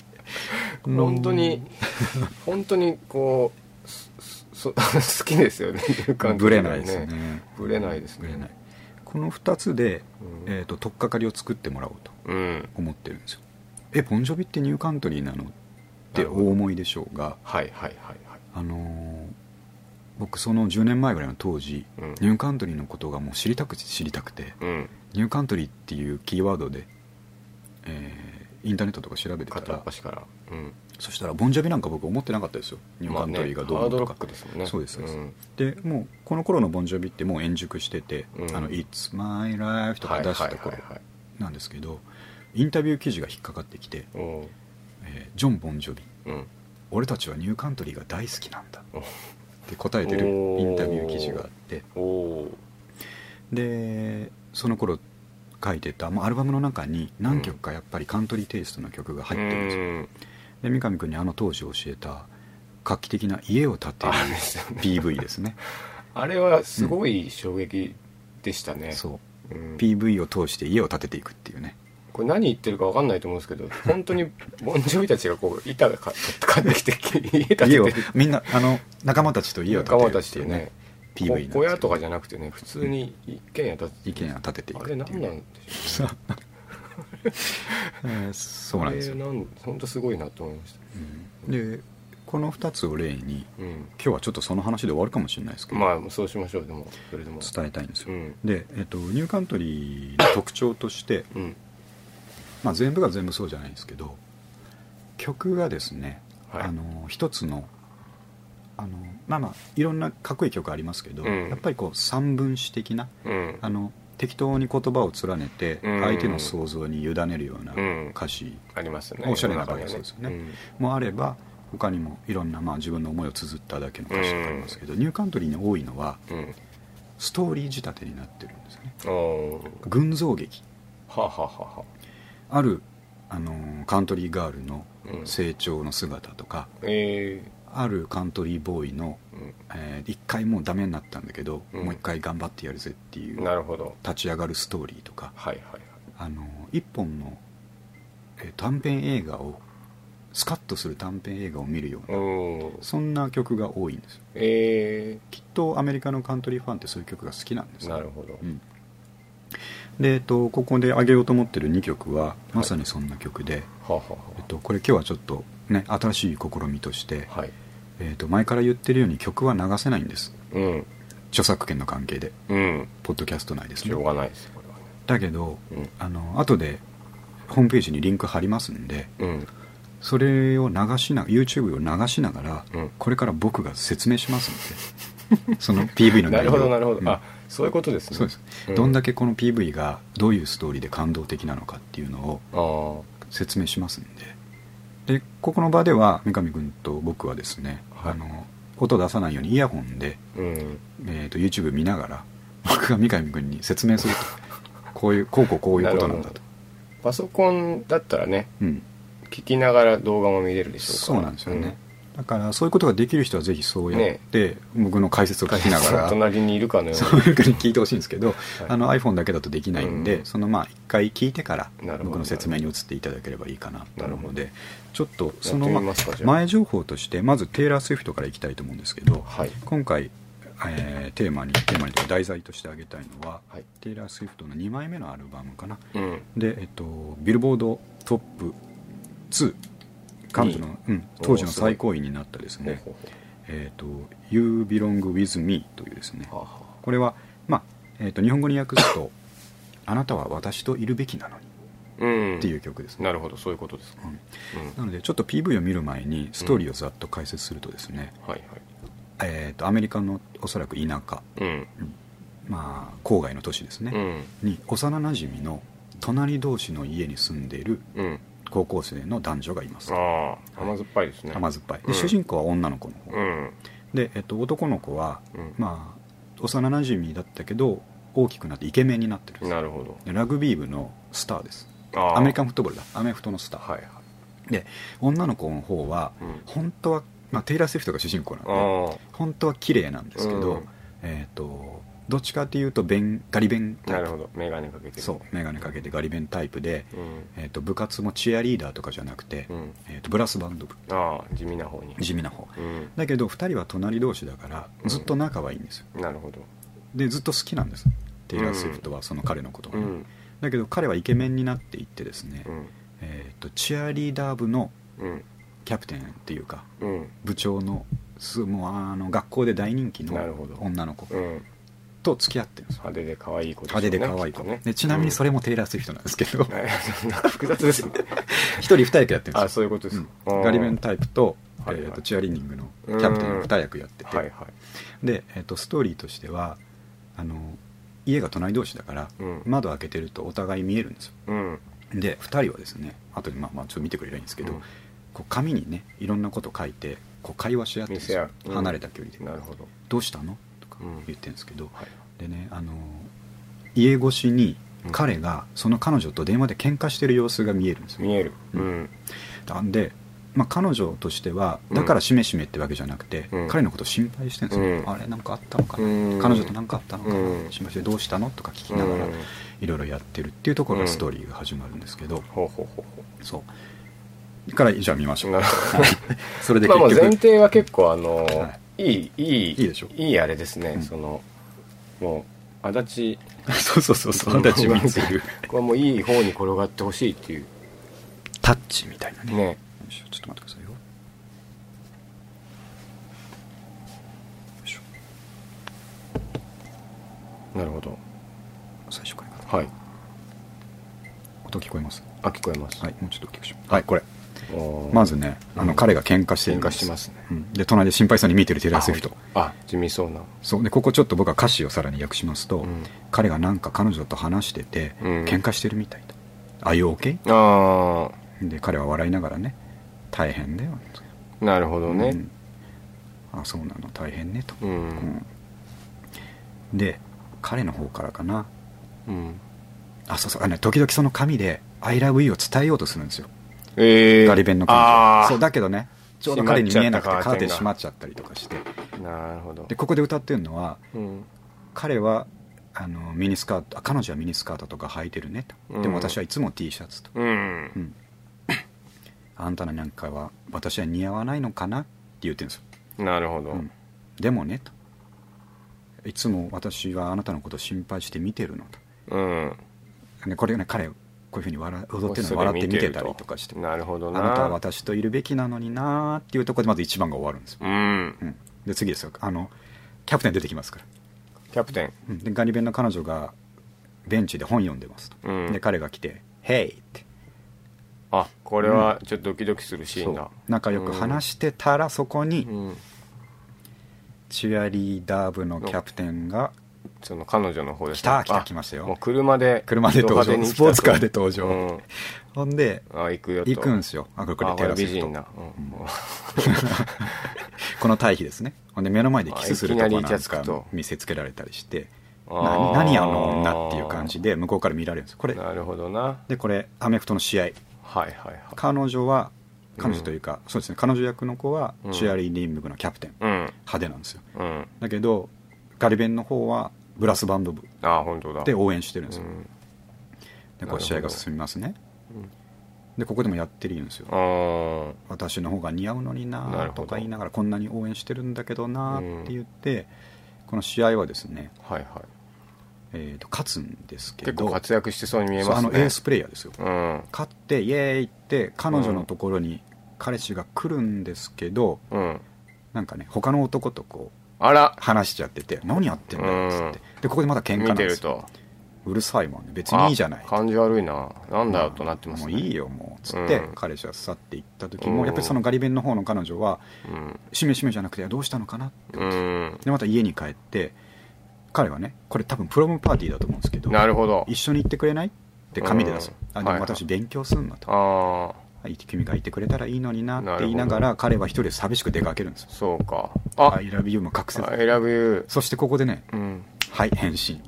本当に本当にこうすす好きですよ ねいう感じ
ブレないですね
ブレないですね
ブレないこの2つで、
うん
えー、と取っかかりを作ってもらおうと
うん
思ってるんですよえボンジョビってニューカントリーなのってお思いでしょうが
はいはいはいはい
あのー僕その10年前ぐらいの当時、
うん
ニューカントリーのことがもう知りたくて知りたくて
うん
ニューカントリーっていうキーワードで、えーインターネットとか調べてた
片っ
ら
端からうん
そしたらボンジョビなんか僕思ってなかったですよニューカントリーがどう
ま
の
あねハード
と
ロ
か
ックですもんね
そうですそうです
ん
でもうこの頃のボンジョビってもう円熟してて「
うん
あの It's My Life」とか出した頃
はいはい
なんですけどインタビュー記事が引っかかってきて
はいはい
「えージョン・ボンジョビ
うんうん
俺たちはニューカントリーが大好きなんだ」
お
って答えてる
おー
インタビュー記事があって
おー
でその頃書いてた、まあ、アルバムの中に何曲かやっぱりカントリーテイストの曲が入ってるんですよ
うん
で三上君にあの当時教えた画期的な家を建てる
あれですよね
PV です ね
あれはすごい衝撃でしたね
そうう、
ん
PV を通して家を建てていくっていうね
これ何言ってるか分かんないと思うんですけど 本当にボンジョビたちがこう板が買ってきて家建てて
家を
る
みんなあの仲間たちと家を建てる
仲間た
っ
ち
て
と
いう
ね
ね PV なんです
こ小屋とかじゃなくてね普通に一軒家建てて
意見を建ててい
あ
くって
れ
い
何な
う
んで
ね
しょうね
えーそうなんですよ
あれなん本当すごいなと思いました
でここの2つを例に
うん
今日はちょっとその話で終わるかもしれないですけど、
まあそうしましょうでもそれでも
伝えたいんですよ、
うん
で、えっと、ニューカントリーの特徴として、
うん
まあ、全部が全部そうじゃないんですけど曲がですね、
はい
あの一つのあのまあまあいろんなかっこいい曲ありますけど、
うん
やっぱりこう三分詞的な
うん
あの適当に言葉を連ねて
うん
相手の想像に委ねるような
うん
歌詞
ありますよね
おしゃれな
世の
場合
中
は
に
そうで
は
すよねもあれば他にもいろんなまあ自分の思いを綴っただけの歌詞とかありますけど、ニューカントリーに多いのは
うんうん
ストーリー仕立てになってるんですよね
おー
群像劇
はあはあはあは
ある、あのーカントリーガールの
うん
成長の姿とか、
あえ
あるカントリーボーイの、
ー
えー一回もうダメになったんだけど、
うん
もう一回頑張ってやるぜってい
うん
う
なるほど
立ち上がるストーリーとか、
はいはいはい
あのー一本の、えー短編映画をスカッとする短編映画を見るような
おー
そんな曲が多いんですよ
え
きっとアメリカのカントリーファンってそういう曲が好きなんです
ー
よ
なるほど
うんで、えっと、ここで上げようと思ってる2曲はまさにそんな曲で、
はあは
えっと、これ今日はちょっとね新しい試みとして
あ、はあはい
えっと、前から言ってるように曲は流せないんです
うん
著作権の関係で
うん
ポッドキャスト内です
しょう
ね
がないですこれはね
だけどあの後でホームページにリンク貼りますんで
うんうん
それを流しな YouTube を流しながら、
うん
これから僕が説明しますんでその PV の
な
内
る
容
ほどなるほ
う
ど
ん
あそういうことですね
そうです、
うん
どんだけこの PV がどういうストーリーで感動的なのかっていうのを
ああ
説明しますんででここの場では三上君と僕はですね、
はい
あの音出さないようにイヤホンで、
うん
えー、と YouTube 見ながら僕が三上君に説明す るとこういうこうこうこういうことなんだ
なる
と、
パソコンだったらね
うん、
聞きながら動画も見れるでしょ
そう
うから
なんですよね、だからそういうことができる人はぜひそうやって、僕の解説を
うん
聞きながら
隣にいるかのよ
そういう風に聞いてほしいんですけど、あの iPhone だけだとできないんで、
うん
そのまあ一回聞いてか
な
ら
るほど
僕の説明に移っていただければいいかなと思うの
な
でちょっと
うそ
そ
の
の、
ま
まあ
ますかじゃあ
前情報としてまずテイラー・スウィフトからいきたいと思うんですけど
はい
今回、えーテーマにテーマにというか題材として挙げたいのは、
はい
テイラー・スウィフトの2枚目のアルバムかな
うん
で、えっと、ビルボードトップ2彼女の、うん、当時の最高位になったですね
ほうほ
「えっと You Belong With Me」というですね
うほうはあは
これは、まあえー、と日本語に訳すと 「あなたは私といるべきなのに」
あうん
っていう曲ですね、
なるほどそういうことですか
うん
うん
なのでちょっと PV を見る前にストーリーをざっと解説するとですね、
はいはい
えー、とアメリカのおそらく田舎、
うん
まあ、郊外の都市です
う
ね、
ん
に幼なじみの隣同士の家に住んでいる
うん
高校生の男女がいます
ああ甘酸っぱいですね
甘酸っぱいで、
うん
主人公は女の子の方、
うん
で、えっと男の子は、
うん
まあ、幼なじみだったけど大きくなってイケメンになってるんです
なるほど
でラグビー部のスターです
ああ
アメリカンフットボールだアメフトのスター、
はいはい
で女の子の方は、
うん
本当は、まあ、テイラー・スウィフトが主人公なんで
あ
本当は綺麗なんですけど、
うん
えっ、とどっちかっていうと弁ガリ弁
あ
タ
な
イ
る
プ
ほど眼鏡かけてる
そう眼鏡かけてガリ弁タイプで、
うん
えー、と部活もチアリーダーとかじゃなくて、
うん
えー、とブラスバンド部
ああ地味な方に
地味な方
うん
だけど2人は隣同士だからずっと仲はいいんですよ
なるほど
でずっと好きなんですテイラー・スウィフトはその彼のことが
う
ね、
ん
だけど彼はイケメンになっていってですね、
うん
えー、とチアリーダー部の
うん
キャプテンっていうか
うん
部長のすもうあの学校で大人気の
なるほど
女の子
うん
と付き合ってるんですよ
派手で可愛い子すよ
派手で可愛い
きっ
子、
とね
でちなみにそ
れ、
れもテイラー・スウィフトなんですけど
うんなんか複 雑ですね
一人二役やってるん
あ
ですよ
そういうことですか、あ
う
ー
んガリベンタイプと,、
はいはい
えーとチアリーディングのキャプテンの二役やってて、
はいはい
で、えー、とストーリーとしてはあの家が隣同士だから、
うん
窓開けてるとお互い見えるんですよ
うん
で2人はですね後でまあまあちょっと見てくれりゃいいんですけど、
うん
こう紙にねいろんなこと書いてこう会話し合ってるんですよ
見せ合ううん
離れた距離で、
なるほど
どうしたの?」とか
うん
言ってるんですけど、
はい
でねあの家越しに
うん
彼がその彼女と電話で喧嘩してる様子が見えるんですよ
見える
う
うんん、
なんで、まあ、彼女としては
うん
だからしめしめってわけじゃなくて、
うん
彼のことを心配してるんですよ、
うん
あれなんかあったのかな、
うん
彼女と何かあったのかな、
うん
心配してどうしたのとか聞きながら
うん
いろいろやってるっていうところ
う
が
ん
ストーリーが始まるんですけど、
ほうほうほうほ
そうからじゃあ見まし
う
ょう
なるほど
それで
まあ
結
もう
局、
前提は結構あの、、
はい
いいい
いいでしょ
いいあれですね、
うん
そのもう足立
そうそうそうそうタッチ見つける
これはもういい方に転がってほしいっていう
タッチみたいなね
ね
よいしょちょっと待ってくださいよ
なるほど
最初からかな
はい
音聞こえます
あ聞こえます、
はいもうちょっと大きくしますはいこれ
おー
まずねあの、
うん
彼が喧嘩してるん
喧
で
嘩
す
してますね
うんで隣で心配そうに見てるテレアスウィフト
あ地味そうな
そうでここちょっと僕は歌詞をさらに訳しますと、
うん
彼がなんか彼女と話してて、
うん
喧嘩してるみたいと「あ you OK?
あ」
で彼は笑いながらね「大変だよ」
あなるほど
う
ね
んあそうなの大変ね」と、
うん、
うんで彼の方からかな
うん
あそうそうあのね時々その紙で「ILOVEYOU」を伝えようとするんですよ
えー、
ガリ弁の感
あ
じそう
あ
だけどねちょうど彼に見えなくて
閉まっちゃ
カーテン閉まっちゃ
ったカーテンが
ったりとかして
なるほど
でここで歌ってるのは
うん
彼はあのミニスカートあ彼女はミニスカートとか履いてるねとで
うん
も私はいつも T シャツと、
うん
うん、あんたなんかは私は似合わないのかなって言ってるんですよ、
なるほど、
うんでもねといつも私はあなたのことを心配して見てるの
うん、
とでこれね彼こういうふうに笑踊ってるのを笑って見てたりとかしてあ
なるほどな
なたは私といるべきなのになーっていうところでまず1番が終わるんですよ、
うん
うん、で次ですよあのキャプテン出てきますから
キャプテン
うんでガリ弁の彼女がベンチで本読んでますと、
うん
で彼が来て「Hey!」って
あこれはちょっとドキドキするシーン
そう
だ
仲良く話してたらそこに
うん
チアリーダー部のキャプテンが
その彼女の方ですね
来た来た
あ
来ましたよ
もう車で
車で登場
ド派手に来た
スポーツカーで登場
うん
ほんで
あ行くよと
行くんですすよあこれこ
これ
れ
こ
テ
れ
ラス
美
フト
人な、うん
この対比ですねほんで目の前でキスすると
あ
こ
い
な
きなりイ
ん
チャつく
か
と
見せつけられたりして
あー
な何あの女っていう感じで向こうから見られるんですこれ
なるほどな
でこれアメフトの試合
はいはいはい
彼女は彼女というか、そうですね彼女役の子は
うん
チアリーディング部のキャプテン、
うん
派手なんですよ
うん
だけどガリ弁の方はブラスバンド部
あ本当だ
で応援してるんです
う
よ、
ん
でこう試合が進みますね
うん
でここでもやってるんですよ
あー
私の方が似合うのに
なる
な
ほど
とか言いながらこんなに応援してるんだけどなって言って、この試合はですね、
はいはい
えー、と勝つんですけ
結
ど
構活躍してそうに見えま
そ
す
うあのエ
ね
ースプレイヤーですよ
うん
勝ってイエーイって彼女のところに彼氏が来るんですけど、
うん
なんかね他の男とこう
あら
話しちゃってて何やってんだよっつって、でここでまた喧嘩な
見
ん
て
で
る
すよ
と
うるさいもんね別にいいじゃない
あ感じ悪いななんだよとなってますね
もういいよもうっつって、
うん
彼氏は去っていった時
う
も
ん
やっぱりそのガリ弁の方の彼女は
うん
しめしめじゃなくてどうしたのかなって
うん
でまた家に帰って彼はねこれ多分プロムパーティーだと思うんですけど
なるほど
一緒に行ってくれないって紙で出す
うん
あでも
はいはい
私勉強すんのと、
ああ
君がいてくれたらいいのになって言いなが
な
ら彼は一人で寂しく出かけるんですよ
そうか
「
あ
I love you」も隠せず
選ぶ u
そしてここでね
うん
「はい返信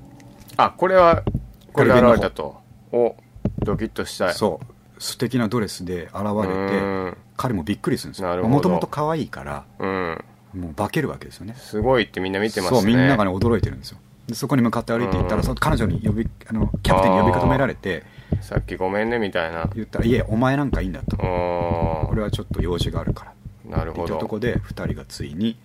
あこれはこ
こ
れ
れ
が現れたとおドキッとし」たい
そう素敵なドレスで現れ
う
て
ん
彼もびっくりするんです
なる
よ
ほど
もともと可愛いから
うん
もう化けるわけですよね
すごいってみんな見てますね
そうみんながね驚いてるんですよでそこに向かって歩いていった
うん
らその彼女に呼びあのキャプテンに呼びか止められて
さっきごめんねみたいな
言ったら「いえお前なんかいいんだ」と
お
俺はちょっと用事があるからって
な
言
るほ
っ
ど
たとこで2人がついに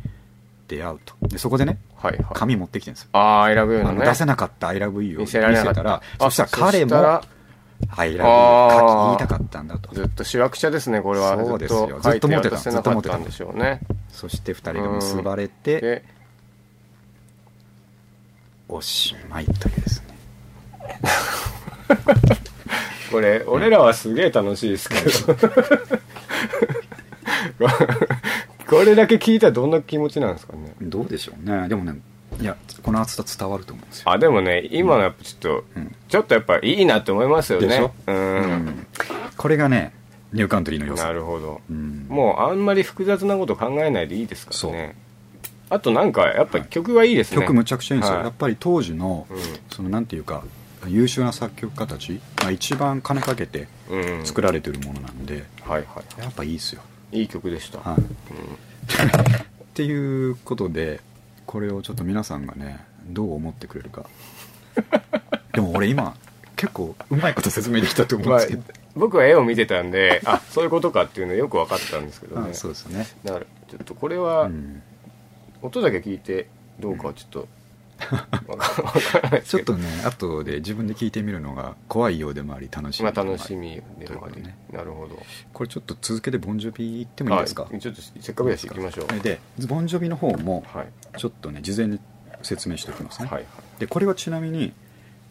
出会うとでそこでね
はいはい
紙持ってきてるんですよ、
ああ選ぶ u
あ
の
の
ね
出せなかった「ILOVEYOU」を
見
見
せ
せ
られなかった
ら
あ
そしたら彼
そしたら
も「ILOVEYOU」書き言
あー
いたかったんだと
ずっと主役者ですねこれは
そうですよ
ずっと書
ずっ
いて
と持ってた
渡せなかったんでしょうね
そして2人が結ばれて
で
おしまいというですね
これ俺らはすげえ楽しいですけど これだけ聞いたらどんな気持ちなんですかね
どうでしょうねでもねいやこの熱さ伝わると思うんですよ
あでもね今のやっぱちょっと、
うん
ちょっとやっぱいいなって思いますよね
でしょ
うん、
これがねニューカントリーの良
な
さ
るほど、
うん
もうあんまり複雑なこと考えないでいいですからねあとなんかやっぱり
はい
曲がいいですね、
曲むちゃくちゃいいんですよ、
はい
やっぱり当時の、
うん
そのなんていうか優秀な作曲家たちが一番金かけて
うん
作られてるものなんで、
はいは
やっぱいいですよ、
いいい曲でした、
はいっていうことでこれをちょっと皆さんがねどう思ってくれ るかでも俺今結構うまいこと説明できたと思うん
ま
で
あ
すけど、
僕は絵を見てたんであそういうことかっていうのよく分かったんですけど
あ
ね
そうですね、
だからちょっとこれは、
うん
音だけ聞いてどうかはちょっと分からないです
ちょ
け
っ
ど
とね後で自分で聞いてみるのが怖いようでもあり楽しい
ま
よ
あ
うでもあり
楽しみでもあ
ということ
り、
ね
なるほど
これちょっと続けてボンジョビ行ってもいいですか、
はいちょっとせっかくだし行きましょう
でボンジョビの方も
はい
ちょっとね事前に説明しておきますね、
はいはい
でこれはちなみに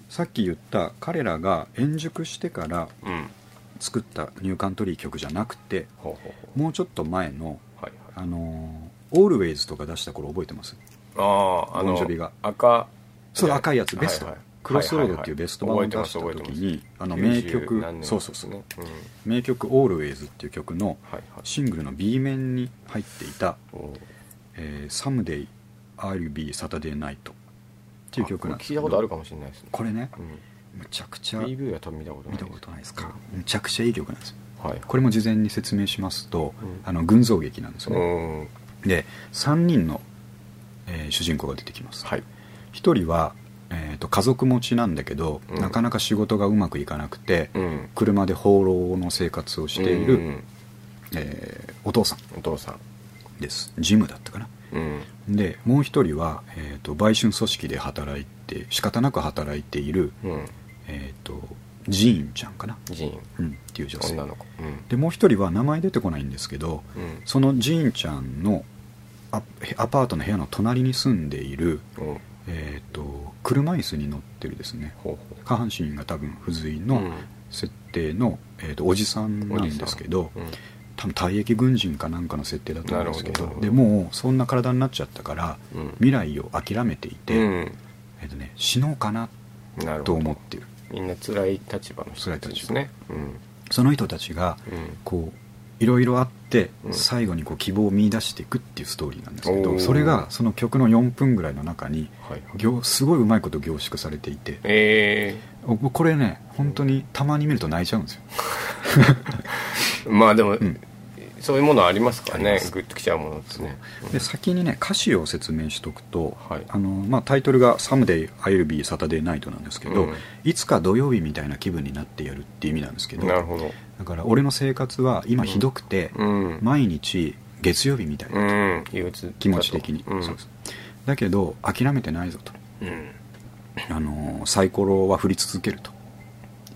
さっき言った彼らが円熟してから
うん
作ったニューカントリー曲じゃなくて
ほうほうほ
もうちょっと前の
うはい
「あのー、オールウェイズ」とか出した頃覚えてます
はいあああ
ボン
の
ジョビが
赤
そう赤いやつベスト、
はいはい
クロスロードっていうベスト版を
はい
出
はい
した
覚え
時
てます覚え
に
て
あ
ます
の名曲
90何年
そうそうそう
ねうんはい
名曲「オールウェイズ」っていう曲の
はい
シングルの B 面に入っていた
おー
「えー、サムデイ・アルビー・サタデー・ナイト」っていう曲なん
あ
で
これ
す
聞いたことあるかもしれないですね
これね
うん
むちゃくちゃ
PV は多分見たことな
見
い
たことないですかむちゃくちゃいい曲なんですよ
はい
これも事前に説明しますと、
うん
あの群像劇なんです
う
ね、
ん
で3人の、えー主人公が出てきます、
はい
一人は、えー、と家族持ちなんだけど、
うん
なかなか仕事がうまくいかなくて、
うん
車で放浪の生活をしている、
うん
えーお父さん
お父さん
ですジムだったかな
うん
でもう一人は、えー、と売春組織で働いて仕方なく働いている、
うん
えー、とジーンちゃんかな、
ジーン
うん、っていう女性
女の子うん
でもう一人は名前出てこないんですけど、
うん
そのジーンちゃんのアアパートの部屋の隣に住んでいる、
うん
えー、と車椅子に乗ってるですね
ほうほ
下半身が多分不随
う
の設定の、えー、とおじさんなんですけど
うん
多分退役軍人かなんかの設定だと思うんですけ
なる
ど
ほど
でもうそんな体になっちゃったから
うん
未来を諦めていて、
うん
えーとね、死のうかな
なる
と
ほど
思ってる
みんな辛い立場の人たちですねうん
その人たちが
うん
こういろいろあって
うん
最後にこう希望を見出していくっていうストーリーなんですけど、
おー
それがその曲の4分ぐらいの中に
はいはい
凝すごいうまいこと凝縮されていて
え
おこれね本当にたまに見ると泣いちゃうんですよ
えまあでも
ん
そういうものありますから
あり
ね
ます
グッときちゃうものですね
で先にね歌詞を説明しとくと、
はい
あのまあ、タイトルが「サムデイ・アイルビー・サタデー・ナイト」なんですけど、
うん
いつか土曜日みたいな気分になってやるっていう意味なんですけ
う
ど
んなるほど
だから俺の生活は今ひどくて、
うん
毎日月曜日みたいな
うん憂鬱だと
気持ち的に、
うん
そうですだけど諦めてないぞと
うん
あのサイコロは振り続けると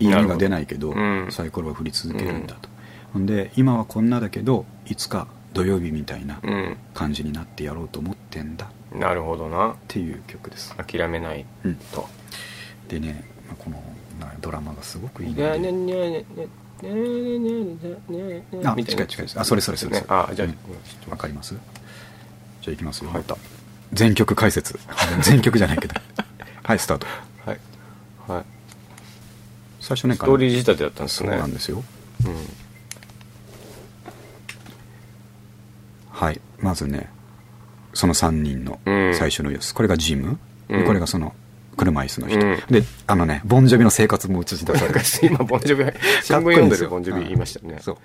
いい
な
目
るほど
が出ないけど
うん
サイコロは振り続けるんだと、ほんで今はこんなだけどいつか土曜日みたいな
う
感じになってやろうと思ってんだっ
んなるほどな
ていう曲です、
諦めない
うん、
と
でね、まあこのまあドラマがすごくいい
み
ので
た
あ近い近いですあそれそれそれそれ
あじゃあ
うん
ちょ
わ
っ
かりますじゃあいきますよ、
はい
全曲解説全曲じゃないけどはいスタート
とはいはい
最初ね
ストーリー仕立てだったんです
そう
ね
なんですよはいまずねその3人の
うん
最初の様子、これがジム、
うん
これがその車椅子の人、
うん
であのねボンジョビの生活も映し出され
なん
て
か今ボンジョビ新聞読んでるボンジョビ言いましたね
うんそう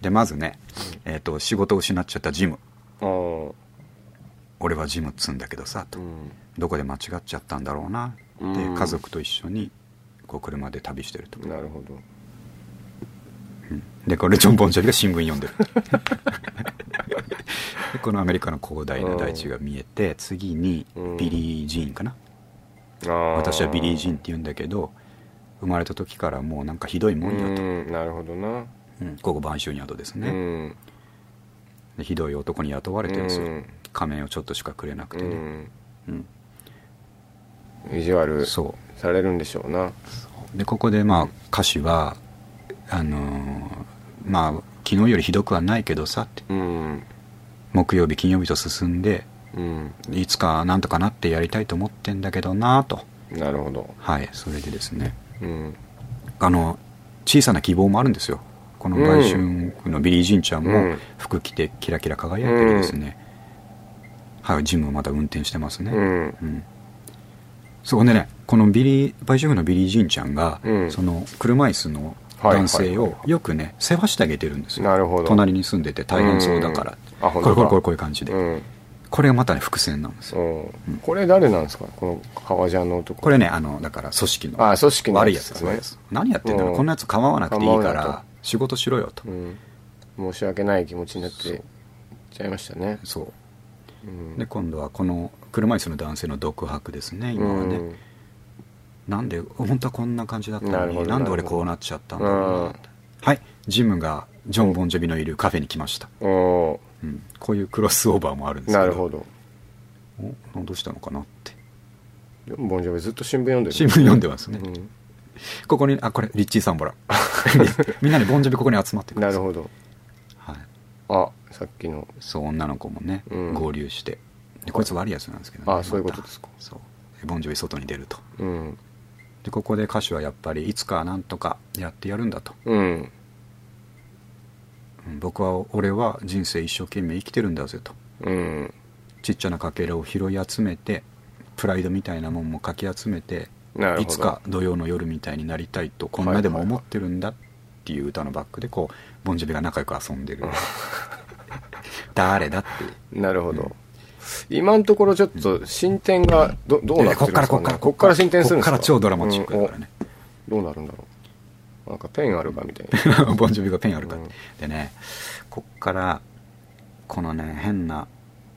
でまずね、えー、と仕事を失っちゃったジム
あー
俺はジムっつうんだけどさと、
うん
どこで間違っちゃったんだろうなで
うん
家族と一緒にこう車で旅してると
なるほど
でこれジョン・ボンジョビが新聞読んでる でこのアメリカの広大な大地が見えて次にビリー・ジーンかな、
あー
私はビリー・ジーンって言うんだけど生まれた時からもうなんかひどいもんだと、
うんなるほどな
うんここ晩秋に宿です
う
ね、
ん
でひどい男に雇われてるんですよ、
うん
仮面をちょっとしかくれなく
う
てね、
ん
うん
意地悪
そ
されるんでしょうな
うでここでまあ歌詞はあのーまあ昨日よりひどくはないけどさって
うん
木曜日金曜日と進んで
うん
いつかなんとかなってやりたいと思ってんだけどなと
なるほど
はいそれでですね
うん
あの小さな希望もあるんですよこの売春婦のビリー・ジンちゃん
う
も
ん
服着てキラキラ輝いてるですね、はいジムをまた運転してますね、
うん
うんそこでねこのビリー売春婦のビリー・ジンちゃんが、
うん
その車椅子の男性をよくね世話してあげてるんですよ
なるほど
隣に住んでて大変そうだから、
うんあ本
こ
当
れ
だ
これこれこういう感じで、
うん
これがまたね伏線なんですよ
うんこれ誰なんですかこの革ジャンの男
これねあのだから組織の
あ組織の
悪いやつです
ね
ね何やってんだろ
う
うんこんなやつ構わなくていい
構
か
わないと
ら仕事しろよと、
うん申し訳ない気持ちになっていっちゃいましたね
そううんで今度はこの車椅子の男性の独白ですね今はね、なんで本当はこんな感じだった
な
の
るほ
に
ど
なんで俺こうなっちゃったんだろう
うん
なはいジムがジョン・ボンジョビのいるカフェに来ました、
うんお
うんこういうクロスオーバーもあるんで
ー
すけど
なるほど
おどうしたのかなって
ボンジョビずっと新聞読んでる
新聞読んでますね、
うん
ここにあこれリッチーサンボ ラみんなでボンジョビここに集まってくだ
なる
さい
ほど
はい、
あさっきの
そう女の子もね、
うん
合流してでこいつ悪いやつなんですけど、ね、
あ
また
そういうことですか
そうでボンジョビ外に出ると
うん
でここで歌手はやっぱりいつかなんとかやってやるんだと、
うん
うん僕は俺は人生一生懸命生きてるんだぜと
うん
ちっちゃなかけらを拾い集めてプライドみたいなもんもかき集めて
なるほど
いつか土曜の夜みたいになりたいとこんなでも思ってるんだっていう歌のバックでこうボンジョビが仲良く遊ん でる誰だって
なるほど、今のところちょっと進展がどどうなって
こっ
るんですか、ね、
からこっから
こっから進展するんですか
こっから超ドラマチックだからね、
うんおどうなるんだろうなんかペンあるかみたい
ボンジョビがペンあるから、
うん
でねこっからこのね変な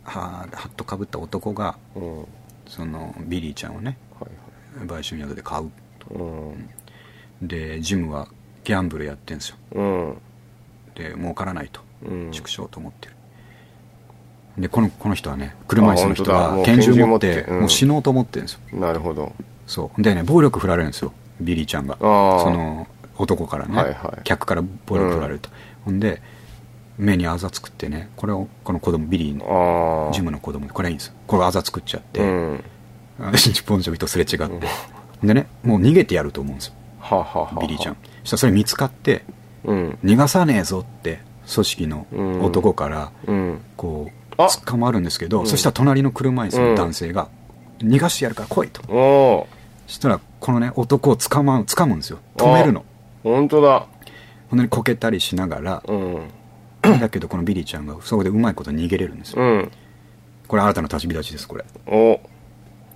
はハットかぶった男が
なうんはい
そのビリーちゃんをね
はい
買収宿で買う
うん
でジムはギャンブルやってんですよ
うん
で儲からないと
うん
縮小と思ってる、でこのこの人はね車椅子の人
あ本当だも
は
う
拳銃持って
拳銃持ってうん
もう死のうと思ってるんですよ
なるほど
そうでね暴力振られるんですよビリーちゃんがそ
あー
の男からね、
はいはい
客から暴力振られると、ほんで目にあざ作ってねこれをこの子供ビリーの
ああ
ジムの子供これいいんですよこれあざ作っちゃって、
うん
あの 日本人とすれ違って、でねもう逃げてやると思うんですよ
はあはあはあはあ
ビリーちゃんそしたらそれ見つかって
うん
逃がさねえぞって組織の男から
うん
こう
あ
捕まるんですけど、そしたら隣の車椅子の男性が「逃がしてやるから来い」と
おお
そしたらこのね男を捕まう掴むんですよ止めるの
本当だ
本当にこけたりしなが ら
うん
だけどこのビリーちゃんがそこでうまいこと逃げれるんですよ
うん
これ新たな立ち火立ちですこれ
お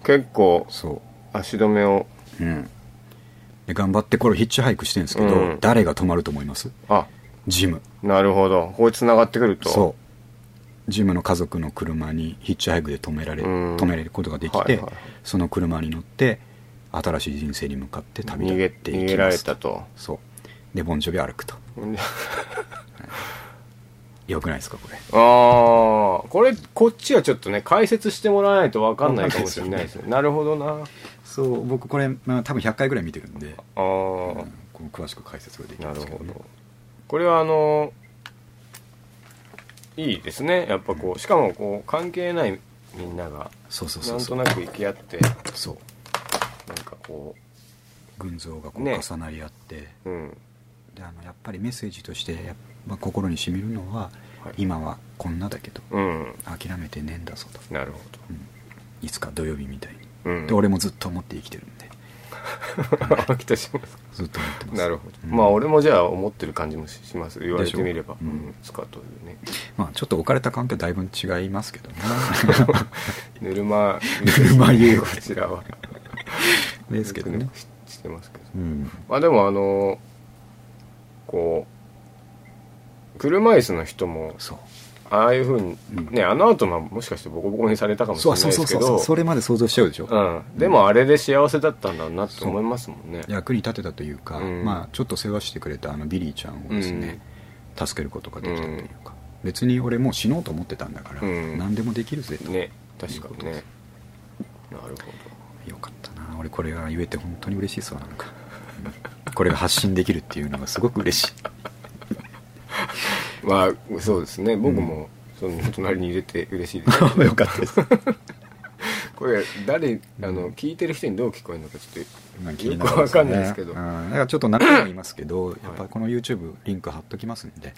結構
そ
足止めを
ううんで頑張ってこれヒッチハイクしてるんですけど、
うん
誰が止まると思います
あ
ジム
なるほどここに繋がってくると
そうジムの家族の車にヒッチハイクで止められ、
うん
止められることができて、
はいはいはい
その車に乗って新しい人生に向かって旅
逃
立
げ
ってい
逃
き
げ
ま
られ
す
たと
そうでボンジョビ歩くとよくないですかこれ
ああこれこっちはちょっとね解説してもらわないと分かんないかもしれないですねなるほどなあ
そう僕これ、まあ、多分100回ぐらい見てるんで、
あ
うん
ー、
こう詳しく解説ができる
なん
で
る
すけ
ほ
ど,、ね、
どこれはあのいいですねやっぱこうしかもこう関係ないみんなが
そうそうそ
な
うんそ
と
う
なく行き合って
そう
なんかこ
群像がこう
ね
重なり合って、
ううん
であのやっぱりメッセージとしてやっぱ心にしみるのは、
はい
今はこんなだけど
うん
諦めてねえんだぞと
なるほ
いつか土曜日みたいに、
どうん
で 俺もずっと思って生きてるんで
秋田島さ
ずっと思ってま
ん
す
なるほど、
うん
まあ俺もじゃあ思ってる感じもしします言われてみれば
でし
う
ょうん
んつかというね
まあちょっと置かれた環境だいぶ違いますけ どね
ぬるま
ぬるま湯
こちらは
ですけど
よ
ね
くししてますけど
うん
まあでもあのこう車椅子の人も
そう
ああいうふうに、
うん
ねあの後まあもしかしてボコボコにされたかもしれ
そう
ない
そうそ
で
う
す
そ
け
う
ど
それまで想像しちゃうでしょ、
うんでもあれで幸せだったんだろうなって思いますもんね
役に立てたというか、
うん
まあ、ちょっと世話してくれたあのビリーちゃんをですね、助けることができたというか、別に俺もう死のうと思ってたんだから、
うん
何でもできるぜと、
ね確かにねなるほど
よかったな俺これが言えて本当に嬉しいそうなんか、うんこれが発信できるっていうのがすごく嬉しい
まあそうですね僕もその隣に入れて嬉しいです
よかったです
これ誰あの聞いてる人にどう聞こえるのかちょっ
まあ気
と
に
よ
なり
く
ま
わか
よ
んないですけど
うん、
は
だからちょっと中身も言いますけど、やっぱりこの YouTube リンク貼っときますんで
い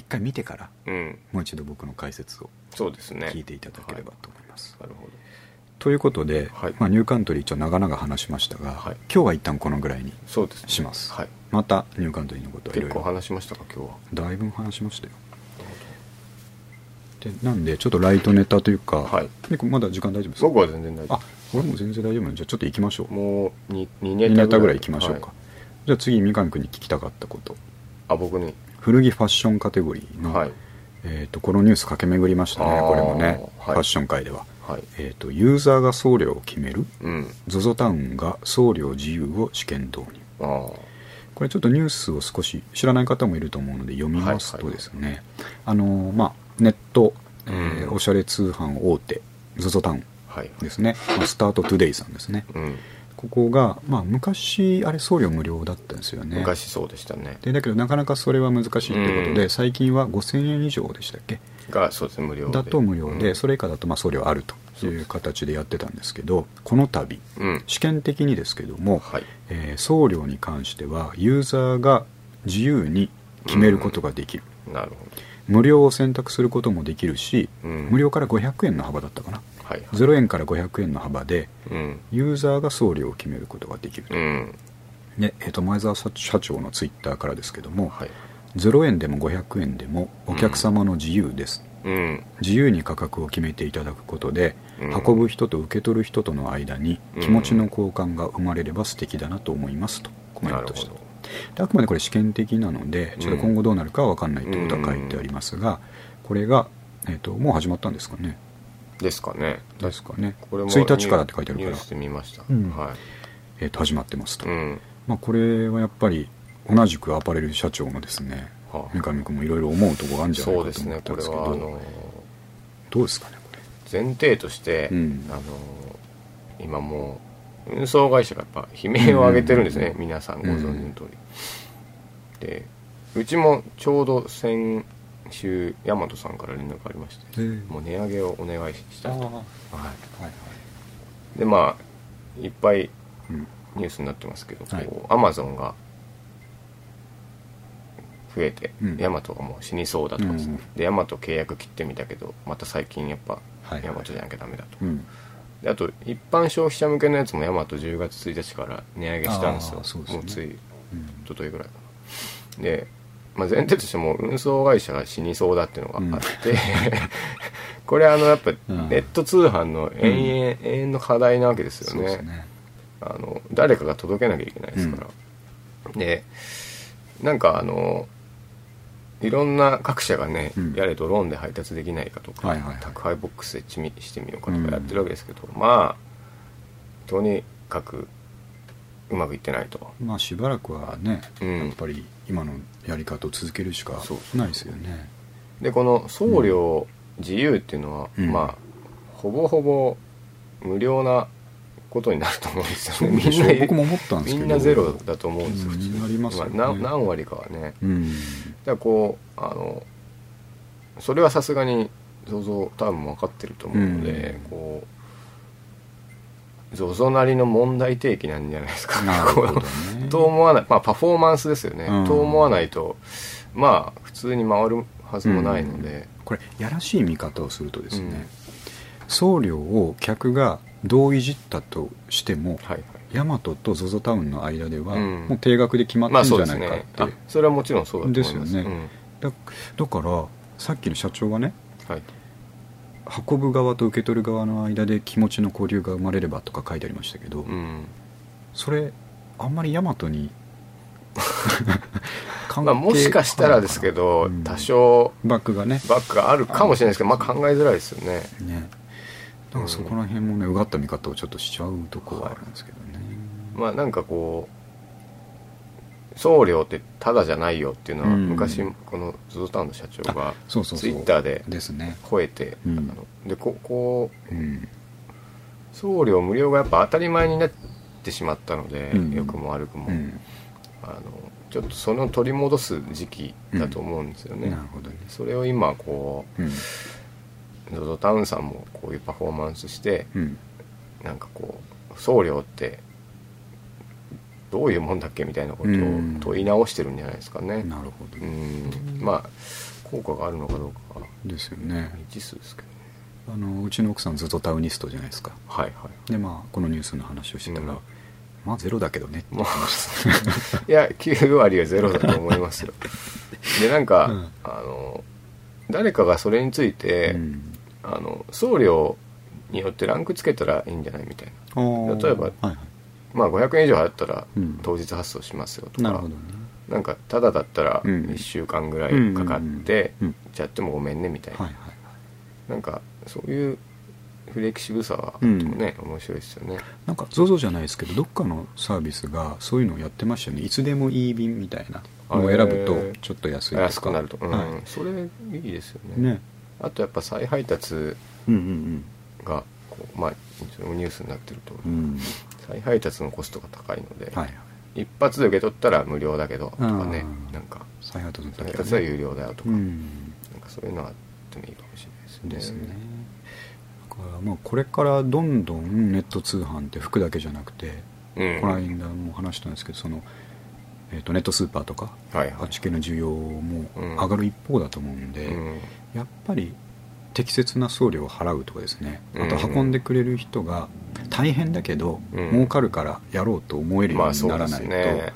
一回見てから
うん
もう一度僕の解説を
そうですね
聞いていただければと思います、
なるほど
ということで、
はい
まあ、ニューカントリー一応長々話しましたが、
はい
今日は一旦このぐらいに
そうですね
します、
はい
またニューカントリーのことはいろ
結
い
構
ろ
話しましたか今日は
だいぶ話しましたよでなんでちょっとライトネタというか、
はい
でこれまだ時間大丈夫ですか
僕は全然大丈
あ俺も全然大丈夫なのじゃあちょっと行きましょ
夫
う
もう 2, 2ネ
2
タ
ネタぐらい行きましょうか、
はい
じゃあ次三上君に聞きたかったこと
あ僕に
古着ファッションカテゴリーの、
はい
えー、とこのニュース駆け巡りましたね
あー
これもね、
はい
ファッション界では、
はい
えー、とユーザーが送料を決める
うん
ZOZO タウンが送料自由を試験導入
あー
これちょっとニュースを少し知らない方もいると思うので読みますとですね、あのーまあネット、えー
うん
おしゃれ通販大手 ZOZO タウン
はい
ですね、まあ、スタートトゥデイさんですね
うん
ここが、まあ、昔あれ送料無料だったんですよね
昔そうでしたね
でだけどなかなかそれは難しいってことで、
うん
最近は5000円以上でしたっけ
がそうですね無料で
だと無料で、
うん
それ以下だとまあ送料あるという形でやってたんですけどこの度
うん
試験的にですけども、
はい
えー送料に関してはユーザーが自由に決めることができる、
なるほ
無料を選択することもできるし、
ど、うん、
無料から500円の幅だったかな
はいはい
0円から500円の幅で
うん
ユーザーが送料を決めることができると、
うん
でえー、と前澤社社長のツイッターからですけども、
はい
0円でも500円でもお客様の自由です、
うん
自由に価格を決めていただくことで、
うん
運ぶ人と受け取る人との間に
うん
気持ちの交換が生まれれば素敵だなと思いますとコメン
なる
トし
ほ
た
ど
であくまでこれ試験的なのでちょっと今後どうなるかは分かんないってことは書いてありますが、これが、えー、ともう始まったんですかね
ですかね
ですかね
これも
1日からって書いてあ
ニ
る
ュ
か
ー
ら
ス、で見ました、
うん
は
えー、と始まってますと、
いうん
まあ、これはやっぱり同じくアパレル社長のですね
はあ
三上君もいろいろ思うとこがあるんじゃない
そう
か
で
と
す
思っ
ね
た
こ
んで
れ
すけ
はあ
ど、
の
どうですかねこれ
前提として、
うん
あの今もう運送会社がやっぱ悲鳴を上げてるんですね、
うん
皆さんご存知の通り、でうちもちょうど先週大和さんから連絡がありまして、
ええ
もう値上げをお願いしたいと
あは
は
いはい
いでまあいっぱい
うん
ニュースになってますけど、
はい
こうアマゾンが増えて、
うん
ヤマトがもう死にそうだとかですね、
う
でヤマト契約切ってみたけどまた最近やっぱ
はいはい
ヤマトじゃなきゃダメだと、
うん
であと一般消費者向けのやつもヤマト10月1日から値上げしたんですよ
あーそうですね
もうつい
うん
一昨日ぐらいかなで、まあ、前提としてもう運送会社が死にそうだっていうのがあって、 これあのやっぱ
ん
ネット通販の永遠,、永遠の課題なわけですよ
そうですね
あの誰かが届けなきゃいけないですから、でなんかあのいろんな各社がね、
うん
やれドローンで配達できないかとか、
はいはいはい
宅配ボックスでちみしてみようかとかやってるわけですけど、まあとにかくうまくいってないと
まあしばらくはね、
うん
やっぱり今のやり方を続けるしか
そう
ないですよね
でこの送料自由っていうのは、
うん
まあほぼほぼ無料なことになると思うんですよね
そうでしょ
みんな
僕も思ったんですけど
みんなゼロだと思うんですよ
うん
普通
なりますよね
まあな何割かはね
うん
だからこうあのそれはさすがに ZOZO 多分分かってると思うので、
うん
こう ZOZO なりの問題提起なんじゃないですか
なるほど
こ
ね
うと思わない、まあ、パフォーマンスですよね、
うん
と思わないとまあ普通に回るはずもないので、
これやらしい見方をするとですね、送料を客がどういじったとしても、
はいはい
ヤマトと ZOZO タウンの間では、
うん
もう定額で決まって
ま
る
あ
んじ
そうで
ゃ
す
ないかっ
ね
て、
あそれはもちろんそうだと思います
ですよねだだからさっきの社長がね
うんはい、
運ぶ側と受け取る側の間で気持ちの交流が生まれればとか書いてありましたけど、
うん
それあんまりヤマト に関
まあ、もしかしたらですけど、
うん
多少
バックがね
バックがあるかもしれないですけど、まあ、考えづらいですよね
ねだからそこら辺もねうがった見方をちょっとしちゃうとこはあるんですけどね、
まあなんかこう送料ってただじゃないよっていうのは
うん
昔このズドタウンの社長が
そうそうそう
ツイッターで
ですね
吠えて、
うん
あのでここう
うん
送料無料がやっぱ当たり前になってしまったので
うん
良、くも悪くも、
うん
あのちょっとその取り戻す時期だと思うんですよね、
なるほどね
それを今こ
うん
うゾゾタウンさんもこういうパフォーマンスして
うん
なんかこう送料ってどういうもんだっけみたいなことを
うん
問い直してるんじゃないですかね
なるほど、
うんまあ効果があるのかどうかは
ですよね
未知数ですけどね
あのうちの奥さんずっとタウニストじゃないですか
はいはい
でまあこのニュースの話をしてたら、
うん
まあゼロだけどねって
まあ いや9割はゼロだと思いますよでなんか、
うん
あの誰かがそれについて、
うん
あの送料によってランクつけたらいいんじゃないみたいな
あー
例えば
はいはい
まあ500円以上払ったら
うん
当日発送しますよと
なる
か、
ほどね
なんかただだったら
うん
1週間ぐらいかかって
うんうんうん
やってもごめんねみたいな、
はいはい
なんかそういうフレキシブルさはあってもね、面白いですよね
なんか ZOZO じゃないですけどどっかのサービスがそういうのをやってましたよねいつでもいい便みたいなのを選ぶ
へ
と
ー
ちょっと安いとか
安くなると、うん
は
それいいですよ
い
ね
ね
あとやっぱ再配達
うんうん
がこうまあ一応ニュースになってると、
うん
再配達のコストが高いので、
はいはい
一発で受け取ったら無料だけどとかね
うん
なんか
再発の時は
再
ね
配達は有料だよとか、
うん
なんかそういうのはあってもいいかもしれないですね
ですねだからまあこれからどんどんネット通販って服だけじゃなくて、
うん
この間も話したんですけどその、えー、とネットスーパーとか
はいはい、
8系の需要も
うん
上がる一方だと思うんで、
うん
やっぱり適切な送料を払うとかですねあと
うんうん
運んでくれる人が大変だけど、
うん
儲かるからやろうと思えるよ
ま
う
あ
に
そ
な
う
ら
で
な
す
いと、
ね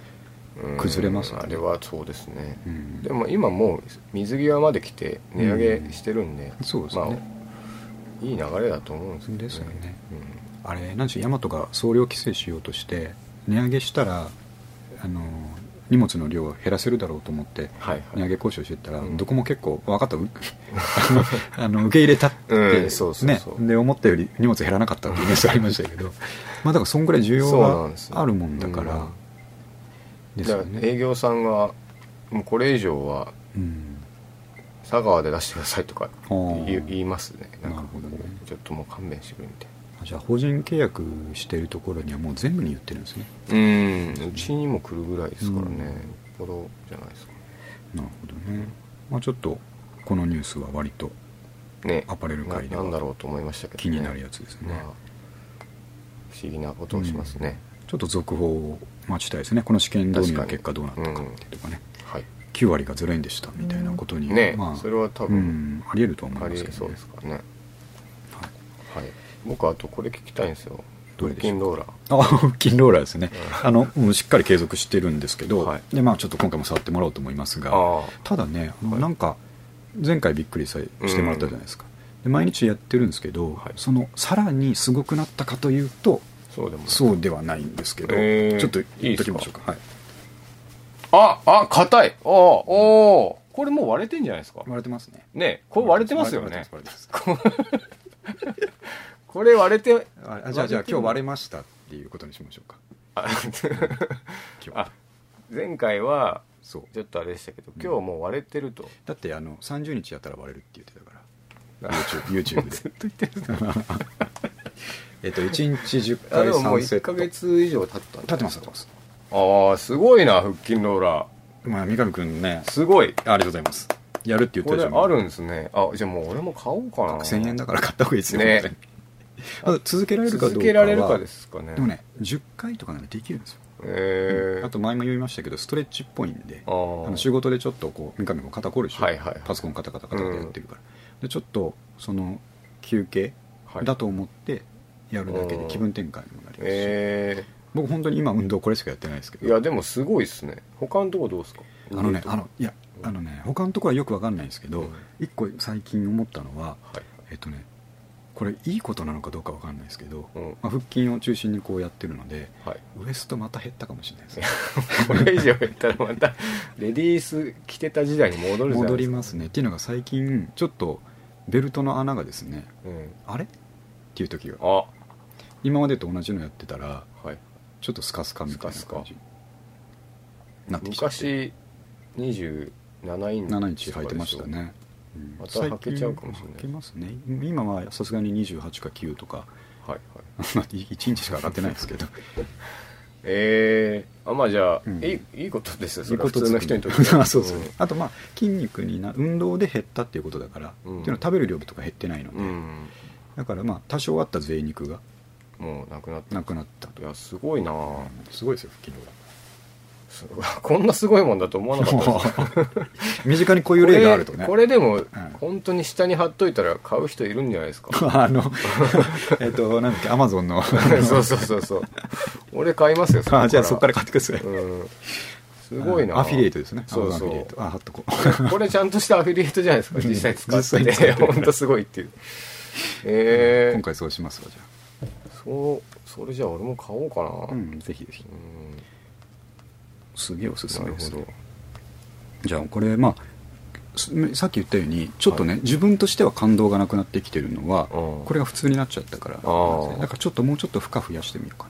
うん
崩れますよね
あれはそうですね、
うん
でも今もう水際まで来て値上げしてるんで、
そうですね、
まあ、いい流れだと思うんですけど
ですよねあれなんしヤマトが送料規制しようとして値上げしたらあの荷物の量を減らせるだろうと思って
はい
値上
はい
げ交渉してったら、
うん
どこも結構分かったうあの受け入れたって、
うんそうそう
ね
そう
で思ったより荷物減らなかったっていうニュースあ りましたけどまあだからそんぐらい需
そうなん
要
ですよ
があるもんだから
うん
です
だ
よ
から
ね
営業さんがもうこれ以上は
うん
佐川で出してくださいとか言
あ
い
ー
言いますねなんかこう
なるほどね
ちょっともう勘弁してくれみたい
じゃあ法人契約してるところにはもう全部に言ってるんですね
なうんうちにも来るぐらいですからね、よっほどじゃないですか
なるほどね、まあ、ちょっとこのニュースは割と
ねね
アパレル界で
な
は
なんだろうと思いましたけど、ね、
気になるやつですね
まあ、不思議なことをしますね、
ちょっと続報を待ちたいですねこの試験導入の結果どうなったかっていうとかね、
はい
9割が0円でしたみたいなことに、
ね、
まあ、
それは多
う
分
ん、ありえると思
あ
いま
り
す
え
けど、ね
そうですからね、
はい
はい、僕あとこれ聞きたいんですよ
どれでしょ
腹筋ローラー
あ腹筋ローラーですね、あのもうしっかり継続してるんですけど、
はい
でまあ、ちょっと今回も触ってもらおうと思いますが
あ
ただね、
はい
なんか前回びっくりさしてもらったじゃないですか、で毎日やってるんですけど、
はい
そのさらにすごくなったかというと
そうでもない
そうではないんですけど、
えー
ちょっと言っときましょうかはい、
ああ硬いああおーこれもう割れてんじゃないですか
割れてますね
ねこれ割れてますよね
割れてます
これ割れて
割れてますあじゃあじゃあ今日割れましたっていうことにしましょうか
あ
今日
あ前回は
そう
ちょっとあれでしたけど今日もう割れてると、
だってあの30日やったら割れるって言ってたから
あ
YouTube, YouTube で
と言ってる
えっと1日10
あ
回
でももう
3セ
1
ット
か月以上経ったん
経ってます経ってます
ああすごいな腹筋ローラ
まあ三上君ね
ーすごい
ありがとうございますやるって言っ
こ
た
れ
じゃん
あるんですねあじゃあもう俺も買おうかな
1000円だから買った方がいいですよ本
ね
当にあ続けられるかどうか
続
は
けられるかですかね
でもね10回とかならできるんですよ
えー、
あと前も言いましたけどストレッチっぽいんで
あー
あの仕事でちょっとこう三上も肩こるでしょ、
はいはいはい
パソコンカタカタカタってやってるから、でちょっとその休憩
はい
だと思ってやるだけ
う
で
ん
気分転換にもなりますし、
え
僕本当に今運動これしかやってないですけ
ー、
ど
いやでもすごいですね他のとこどうですか
あのね
と
あのいやあのね他のところはよくわかんないんですけど、
うん
一個最近思ったのは
はい
えっとねこれいいことなのかどうかわかんないですけど、
うん
まあ、腹筋を中心にこうやってるので
はい
ウエストまた減ったかもしれないですね
これ以上やったらまたレディース着てた時代に戻るじゃないですか
戻りますねっていうのが最近ちょっとベルトの穴がですね
うん
あれっていう時が
あは
今までと同じのやってたら
い
ちょっとスカスカみたいな
スカ
感
ス
じになってきちゃって
昔27インチ
7インチ履いてましたね、うん
また履けちゃうかもしれない
最近履けますね今はさすがに28か9とか
はいはい
1インチしか上がってないですけど
えー、あまあじゃあ、
うん
いいいいことですよ
い
そ
い
れ
こ
は
と
普
つ
通
く
の
ね
人にとって は
そうですねあとまあ筋肉にな運動で減ったっていうことだから、
うん
っていうのは食べる量とか減ってないので、
うん、
だからまあ多少あった贅肉が
うんもうなくなった
なくなったと
いやすごいなあ
すごいですよ腹筋の
すこんなすごい もんだと思わな かったです
身近にこういう例があるとね
これこれでも
ん
本当に下に貼っといたら買う人いるんじゃないですか
あのえっとなんだっけアマゾンの
そうそうそうそう俺買いますよ
あ じゃあそこから買ってください
うんすごいな
アフィリエイトですね
そ
ア
う
マゾ
そ
ンアフィリエ
う
イトあ貼っとこ
これちゃんとしたアフィリエイトじゃないですか実際使って
実際使って
本当すごいっていう
う
ええ
今回そうしますわじゃ
そうそれじゃあ俺も買おうかな
あ、う
うん
ん、ぜひぜひ
な
すげえおすすめ
る
です
ほど
じゃあこれまあすさっき言ったようにちょっとね、自分としては感動がなくなってきてるのは
うん
これが普通になっちゃったからなんです
あー
ねだからちょっともうちょっと負荷増やしてみようか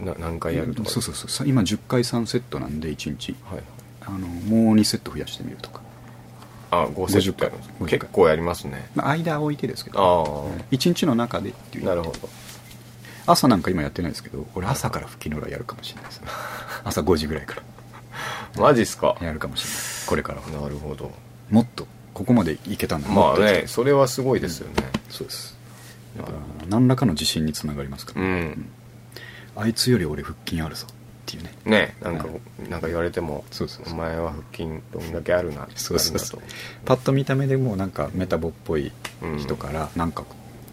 な
な何回やるとか
そうそうそうさ今10回3セットなんで1日
はい
あのもう2セット増やしてみるとか
あ50セットやるんです
50回
結構やりますね
まあ、間を置いてですけど
あ
一日の中でってい
あ
う
なるほど
朝なんか今やってないですけど俺朝から吹きのらやるかもしれないですね朝5時ぐらいか
マジっすから
やるかもしれないこれからは
なるほど
もっとここまでいけたんだ
ま
もっ
あ
と
ねそれはすごいですよね
そうです
な
だ
る
か
ほ
ら何らかの自信につながりますか
ど
ら、
うん
あいつより俺腹筋あるぞっていうね
ねなんか
は
なんか言われても
そうそうそう
お前は腹筋どんだけあるな
そうそうそう
あるな
パッと見た目でもうなんかメタボっぽい人からなんか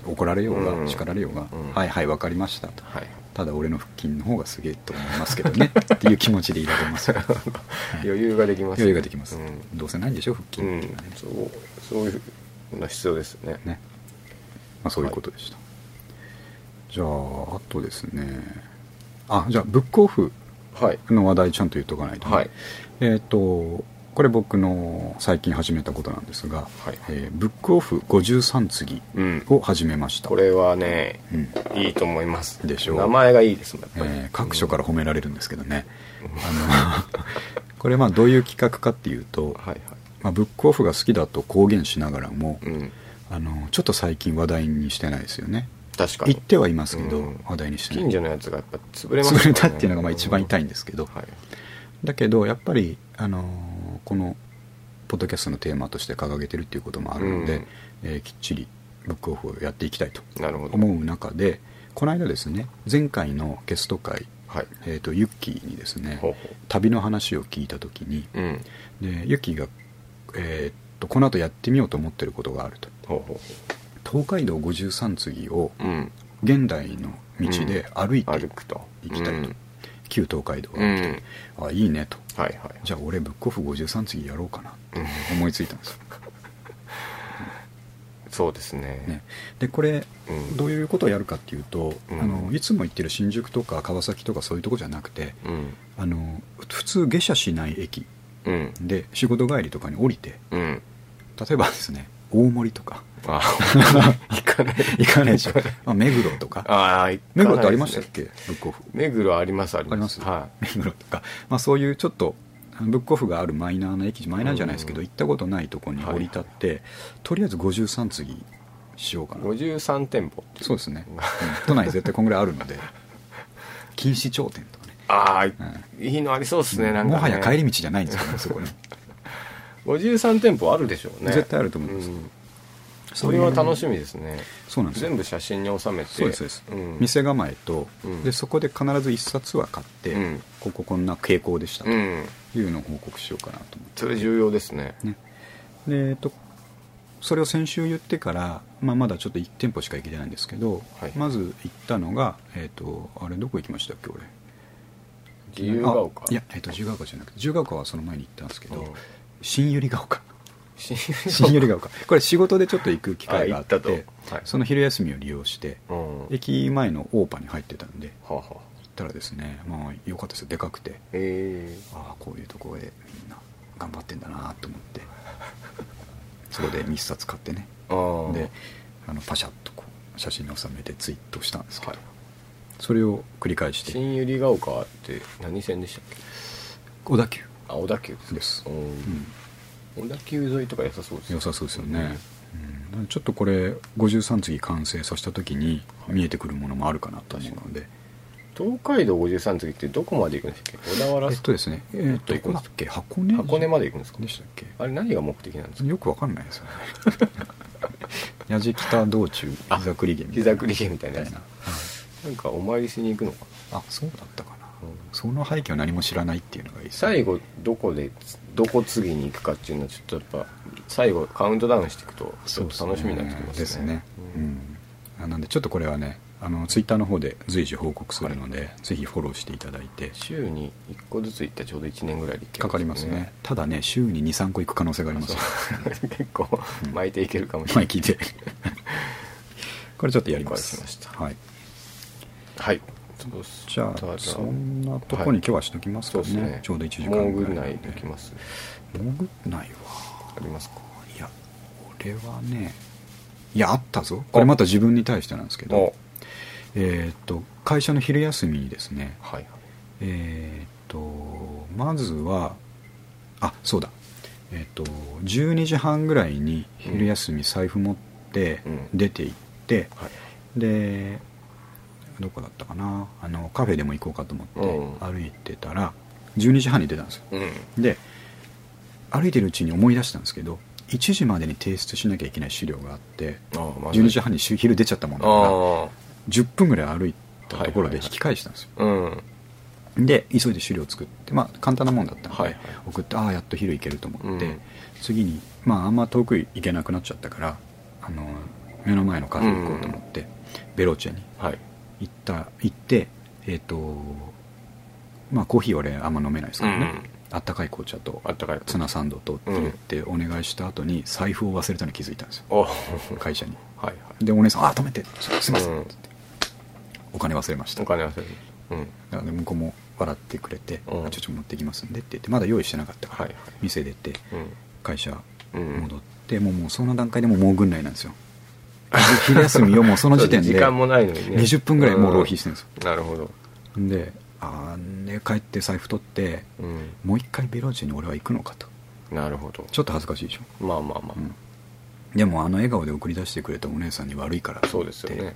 怒られようが、
うん
叱られようが、
うん
はいはい分かりましたと
とはい
ただ俺の腹筋の方がすげえと思いますけどねっていう気持ちでいられます よ、はい
余裕ができます
余裕ができます、
うん
どうせないんでしょ腹筋
うん
っていうのはね、
そうそういうの必要ですね
ね、まあ、そういうことでした、じゃああとですねあじゃあブックオフ
はい
の話題ちゃんと言っとかないとね、
はい
えっ、とこれ僕の最近始めたことなんですが、
はい
えーブックオフ53次
うん
を始めました、
これはね
うん
いいと思います
でしょう
名前がいいですもんやっぱり
えー各所から褒められるんですけどね、あの これまあどういう企画かっていうと、
はいはい
まあ、ブックオフが好きだと公言しながらも、
うん
あのちょっと最近話題にしてないですよね
確か
言っ
に
てはいますけど、
うん
話題にしてない
近所のやつがやっぱ潰れました
潰れたっていうのがまあ一番痛
い
いんですけど、
はい
だけどやっぱり、あのーこのポッドキャストのテーマとして掲げてるっていうこともあるので、
うん
えーきっちりブックオフをやっていきたいと
なるほど
思う中でこの間ですね前回のゲスト会、
はい
えー、とユッキーにですね
ほうほう
旅の話を聞いた時に
うん
でユッキーが、えーとこの後やってみようと思ってることがあると
ほうほうほ
東海道53次を
ううん
現代の道で歩いて
歩くと
行きたいと、
うん
旧東海道を歩き
う
たい
ん
あいいねと
はいはい
じゃあ俺ブックオフ53次やろうかなって思いついたんですよ、
そうですね
ね、でこれ
うん
どういうことをやるかっていうと、
うん
あのいつも行ってる新宿とか川崎とかそういうとこじゃなくて
うん
あの普通下車しない駅
うん
で仕事帰りとかに降りて
うん
例えばですね大森とか
あ行かない
行かない でしょあ目黒とか
ああ行かないですね
目黒ってありましたっけブックオフ
目黒ありますあり
あり
ま
ますす、
は
目黒とか、まあ、そういうちょっとブックオフがあるマイナーな駅マイナーじゃないですけど、
うん
行ったことないとこに降り立って、とりあえず53次しようか
い
な
53店舗っていう
そうですね、うん都内絶対こんぐらいあるので 錦糸町店とかね
ああいいのありそうですねなんかね
もはや帰り道じゃないんですからね そこね
53店舗あるでしょうね
絶対あると思います
んそれは楽しみですね
そうなんですよ
全部写真に収めて
そうですそうです、
ん
店構えと、
うん
でそこで必ず1冊は買って、
うん
こここんな傾向でしたと
うん
いうのを報告しようかなと思って。
それ重要ですね
ね、でえっとそれを先週言ってから、まあ、まだちょっと1店舗しか行けてないんですけど、
はい
まず行ったのが、えっとあれどこ行きましたっけ俺
自由が丘
あいや、えっと自由が丘じゃなくて自由が丘はその前に行ったんですけど、
うん
新百合が 丘
新宿
新百合が丘これ仕事でちょっと行く機会があって
あ行ったとはい
その昼休みを利用して
うんは
駅前のオーパに入ってたんで
あはあ
行ったらですねまあ良かったですよでかくて
え
ああこういうところでみんな頑張ってんだなと思って そこで密冊買ってね
えああ
であのパシャッとこう写真に収めてツイートしたんですけど、
はい
それを繰り返して
新百合ヶ丘って何線でしたっけ
小田急
あ小田急ですね
です
おー小田急沿いとか良さそうですね
良さそうですよね、うんちょっとこれ53次完成させた時に見えてくるものもあるかなと思うので
東海道53次ってどこまで行くんですっけ小田原
えっとですねえ
も
ー
っ
っ
と
と
行
どこ
くんで
だ
す
っ
か
け箱根
箱根まで行くんですか
でしたっけ
あれ何が目的なんですか
よくわかんないですよ ね矢じ北道中
あ
膝栗毛みたいな
膝栗毛みたいなやつ
みたい
なんかお参りしに行くのかな
なあそうだったかな、
うん
その背景を何も知らないっていうのがいいですね
最後どこでどこ次に行くかっていうのはちょっとやっぱ最後カウントダウンしていくとちょっと楽しみになってきますね
ですね、う
うん
んあなんでちょっとこれはねあのツイッターの方で随時報告するので、ぜひフォローしていただいて
週に1個ずつ行ったらちょうど1年ぐらいで行け
かかりますねただね週に23個行く可能性があります
そう 結構巻いていけるかもしれな
前
い
聞い てこれちょっとやります
了解しました
はい、
はいそうした
じゃ
ら
あそんなとこに今日はしときますか
そう
ね,、
ですね
ちょうど1時間ぐらい
もうぐらい
で
できます
潜んないわ
ありますか
いや俺はねいやあったぞこれまた自分に対してなんですけ
お
どえーっと会社の昼休みにですね
はいはい
えーっとまずはあそうだえっと12時半ぐらいに昼休み財布持って
うん
出て行って、
はい
でどこだったかなあのカフェでも行こうかと思って
う
歩いてたら12時半に出たんですよ
うん
で歩いてるうちに思い出したんですけど1時までに提出しなきゃいけない資料があって
ああまずい
12時半に昼出ちゃったもんだから
あ
10分ぐらい歩いたところで
はいはいはい
引き返したんですよ
あうん
で急いで資料作ってまあ簡単なもんだったんで、
はいはい
送ってああやっと昼行けると思って、
うん
次にまああんま遠く行けなくなっちゃったからあの目の前のカフェ行こうと思って、ベローチェに
はい
行った行ってえっ、とまあコーヒー俺あんま飲めないですからね、
うん
あったかい紅茶と
あったかい
ツナサンドとって言ってお願いした後に財布を忘れたのに気づいたんですよ
あはい
会社に
はい
でお姉さん「あ止めてすすいません」
うん
ってお金忘れました
お金忘れるうん
なので向こうも笑ってくれて「
うん
あちょっと持ってきますんで」って言ってまだ用意してなかったから、
はいはい
店出て会社
うん
戻って、もうもうその段階でもうもう軍内なんですよ 昼休みを もうその時点で
時間もないのにね
20分ぐらいもう浪費してるんですよ
うんなるほど
であーで帰って財布取って
うん
もう一回ベローチェに俺は行くのかと
なるほど
ちょっと恥ずかしいでしょ、
まあまあま
うんでもあの笑顔で送り出してくれたお姉さんに悪いから
あそうですよね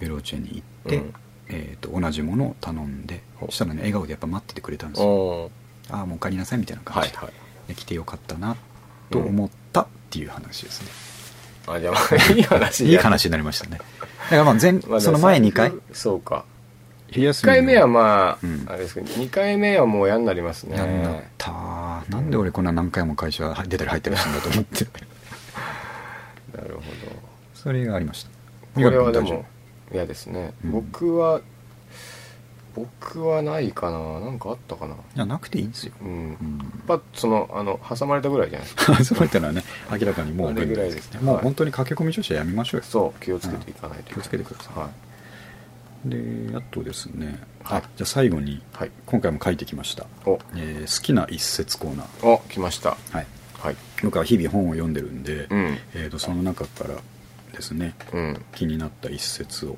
ベローチェに行って、
うん
えー、と同じものを頼んで
ほう
したらね笑顔でやっぱ待っててくれたんですよ
おー
ああもう帰りなさいみたいな感
は
じ
い
で、
はい
で来てよかったなと思ったっていう話ですね、
あじゃあまあ いい話
いい話になりましたねだからまあ前、
まあ
その前2回
そうか
昼
1
休
回目はまあ、
うん
あれですけど2回目はもう嫌になりますね
やんなったーなんで俺こんな何回も会社出たり入ったりしたんだと思って
なるほど
それがありました
これ
三
は
上君大
で
丈夫
も嫌ですね、
うん
僕は僕はないかななんかあったかない
やなくていいんですよ、
うん
うん、
パッとそのあの挟まれたぐらいじゃないですか
そういったのはね明らかにもう
あれぐらいですね
もう本当に駆け込み乗車やめましょうよ
そう気をつけていかないとい
う
けない、
ん気をつけてください
はい、
であとですね、
はい
あじゃあ最後に
はい、
今回も書いてきました、
お
えー好きな一節コーナー、
お来ました
はい、
はい
僕は日々本を読んでるんで、
うん
えー、とその中からですね
うん
気になった一節を、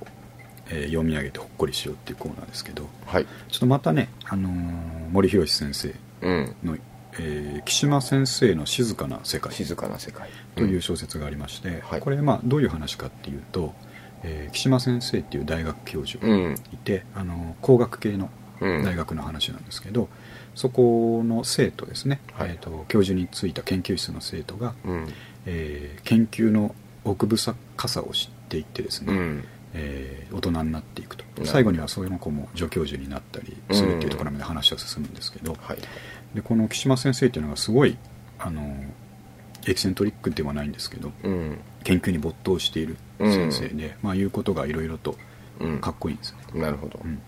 えー読み上げてほっこりしようっていうコーナーですけど
はい
ちょっとまたね、あのー森博先生
うん
の、えー木島先生の「静かな世界」
静かな世界
という小説がありまして、
はい
これまあどういう話かっていうと、えー木島先生っていう大学教授
う
が
ん
いて、あの工学系の
うん
大学の話なんですけど、そこの生徒ですね、
はい
えー、と教授に就いた研究室の生徒が、
うん
えー研究の奥深さを知っていってです
う
ね、
ん
えー大人になっていくと
ほど
最後にはそういうの子も助教授になったりするっていうところまで話は進むんですけど、
はい
でこの木島先生っていうのがすごいあのエキセントリックではないんですけど
うん
研究に没頭している先生で、まあ、言うことがいろいろと
うん
かっこいいんですね、
なるほど
うん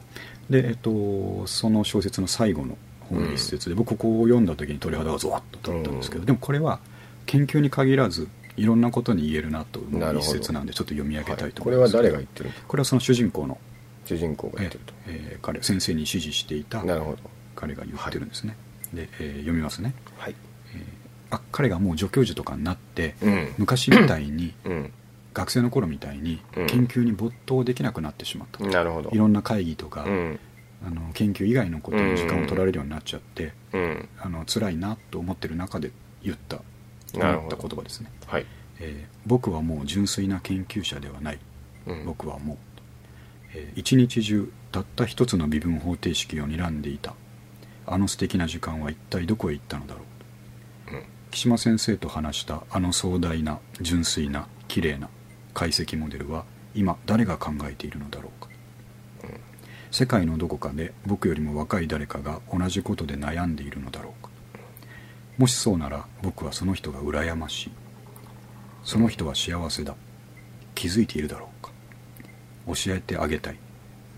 で、えっと、その小説の最後の本の一節で、僕ここを読んだ時に鳥肌がゾワッと立ったんですけど、
うん
でもこれは研究に限らずいろんなことに言えるなと思
な
う
る
一
ほど
節なんでちょっと読み上げたいと
こ
思い
れ
ま
は
すけど、
誰が言ってるの
これはその主人公の、
主人公が言
え
ってる
えー彼先生に指示していた
となるほど
彼が言ってるんですね、で、えー読みますね、
はい
えーあ彼がもう助教授とかになって、
うん
昔みたい に
うん
学生の頃みたいに
うん
研究に没頭できなくなってしまったと、
なるほど
いろんな会議とか、
うん
あの研究以外のことに時間を取られるようになっちゃって、
うん
あの辛いなと思ってる中で言った
なる
思
ほ
った
ど
言葉ですね、
はい
えー僕はもう純粋な研究者ではない、
うん
僕はもう、えー一日中たった一つの微分方程式を睨んでいたあの素敵な時間は一体どこへ行ったのだろう
うん
木島先生と話したあの壮大な純粋な綺麗な解析モデルは今誰が考えているのだろうか、
うん
世界のどこかで僕よりも若い誰かが同じことで悩んでいるのだろうかもしそうなら僕はその人が羨ましいその人は幸せだ気づいているだろうか教えてあげたい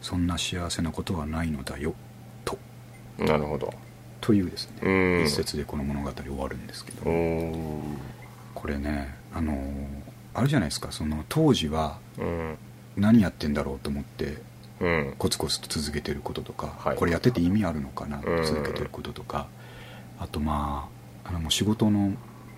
そんな幸せなことはないのだよと
なるほど
というですね、
うん
一節でこの物語終わるんですけど
おー
これねあのーあるじゃないですかその当時は
うん
何やってんだろうと思って
うん
コツコツと続けてることとか、
はい
これやってて意味あるのかなと
うん
続けてることとか、あとまああのもう仕事の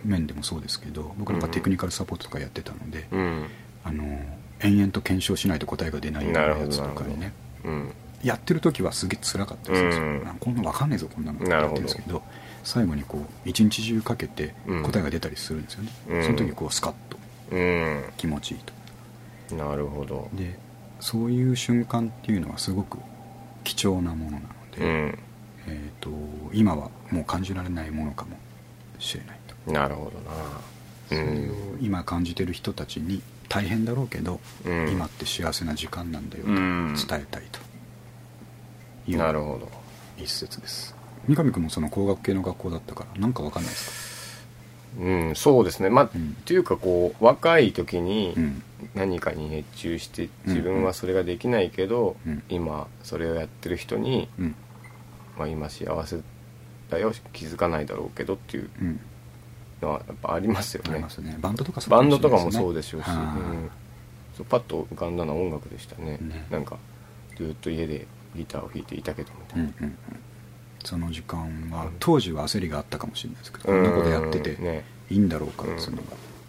面でもそうですけど僕なんか
うん
テクニカルサポートとかやってたので、
うん
あのー延々と検証しないと答えが出ないような
なるほ
や
ど
つとかに
な
ね
うん
やってる時はすげえ辛かったりするんですよ、
うん
なんかこんなわかんねえぞこんなのって
なる
やっ
ほ
て
ど
るんですけど最後にこう一日中かけて
うん
答えが出たりするんですよね、
うん
その時こうスカッと
うん
気持ちいいと
なるほど
でそういう瞬間っていうのはすごく貴重なものなので、
うん
えー、と今はもう感じられないものかもしれないと、
なるほどなう
それを
ん
今感じてる人たちに大変だろうけど、
うん
今って幸せな時間なんだよと
う
伝
ん
えたいとい
なる
う
ほど
一節です、三上君もその工学系の学校だったからなんかわかんないです
うんそうですねまあ、
うん
というかこう若い時に
かうん
何かに熱中して
うん
自分はそれができないけど、
うん
今それをやってる人に、
うん
まあ、今幸せだよ気づかないだろうけどっていう
うん
のはやっぱありますよ
あり
ね
ますねバンドとかそう
バ
か
ンド
しれ
と
な
か
い
も
ね
そうでしょうし、
はあ
うんそうパッと浮かんだのは音楽でしたね
ね
なんかずっと家でギターを弾いていたけどみた
う
い
んう
な、
んうんその時間は当時は焦りがあったかもしれないですけど、
うん
どこでやってて
ね
いいんだろうかっていうのが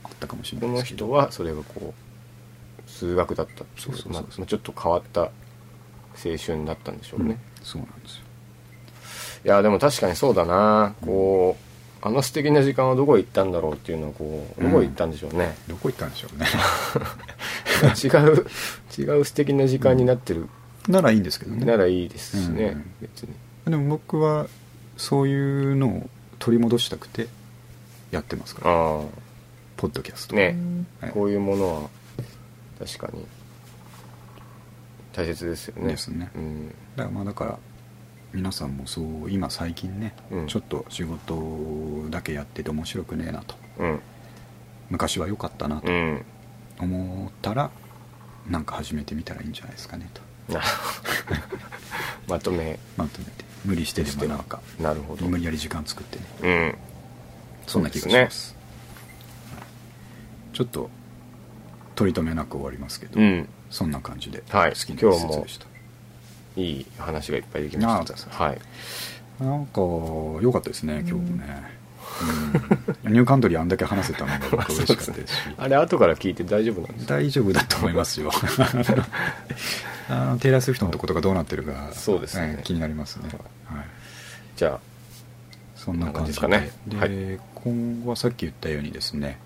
あったかもしれな
こ
い
の
ですけど、
人はそれがこう数学だったってい
そうそうそう
まあまあちょっと変わった青春だったんでしょうね、
うんそうなんですよ
いやでも確かにそうだなこうあの素敵な時間はどこへ行ったんだろうっていうのはこうどこへ行ったんでしょうね、
どこ行ったんでしょうね
違う違う素敵な時間になってる
ならいいんですけどね
ならいいですしね、
うん
別に
でも僕はそういうのを取り戻したくてやってますから
あ
ポッドキャス
あ
ト
ね、
はい
こういうものは確かに大切ですよね
ですね
うん
だからまあだから皆さんもそう今最近ね、
うん
ちょっと仕事だけやってて面白くねえなと
うん
昔は良かったなと
うん
思ったら、なんか始めてみたらいいんじゃないですかねと
な まとめ
まとめて無理してでもなんか
なるほど
無理やり時間作ってね
うん
そんな気がしますちょっと取り留めなく終わりますけど、
うん
そんな感じで好
はい
きな一節でした、
いい話がいっぱいできまし
あ
た
あ
はい
なんか良かったですね今日もね、うんニューカントリーあんだけ話せたの が僕嬉しかったですし
あれ後から聞いて大丈夫なんですか
大丈夫だと思いますよ あのテイラー・スウィフトのとことかどうなってるか
そうですね
ええ気になりますね、はい、
じゃ
そんな感じで
こんな感じですかね
で今後はさっき言ったようにですね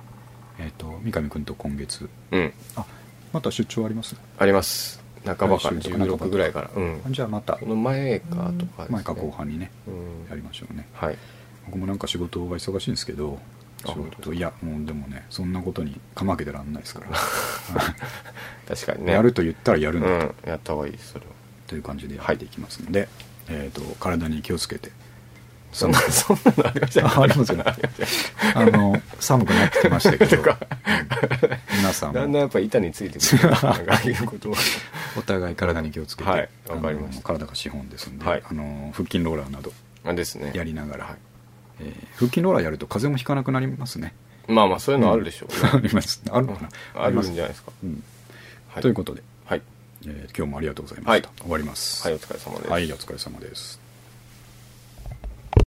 えっ、と三上君と今月
あうん
あまた出張あります
あります半ばから
来週とか半ば
16ぐらいからうん
じゃあまた
この前かとかですね
前か後半にね
うん
やりましょうね
はい
僕もなんか仕事が忙しいんですけど
あ
仕
本当です
事いやもうでもねそんなことにかまけてらんない ですから
確かにね
やると言ったらや
う
るんだ、
んやった方がいいですそれは
という感じでやっていきますので、えー、と体に気をつけて
そんな そんな のありました
あありますよねあの寒くなってきましたけど、うん皆さん
だん
も
だんやっぱ板についてくるなんかああいうことは
お互い体に気をつけて、
はい
あの
わかりました
体が資本ですんで、
はい
あの腹筋ローラーなど
あですね
やりながら、
はい
えー腹筋ローラーやると風邪もひかなくなりますね
まあまあそういうのあるでしょうね
ありますあ るのか
うん
な
あるん
ます
じゃないですか
うん
はい
ということで、
はい
えー今日もありがとうございました、
は
終わります
はいお疲れ様です
はいお疲れ様です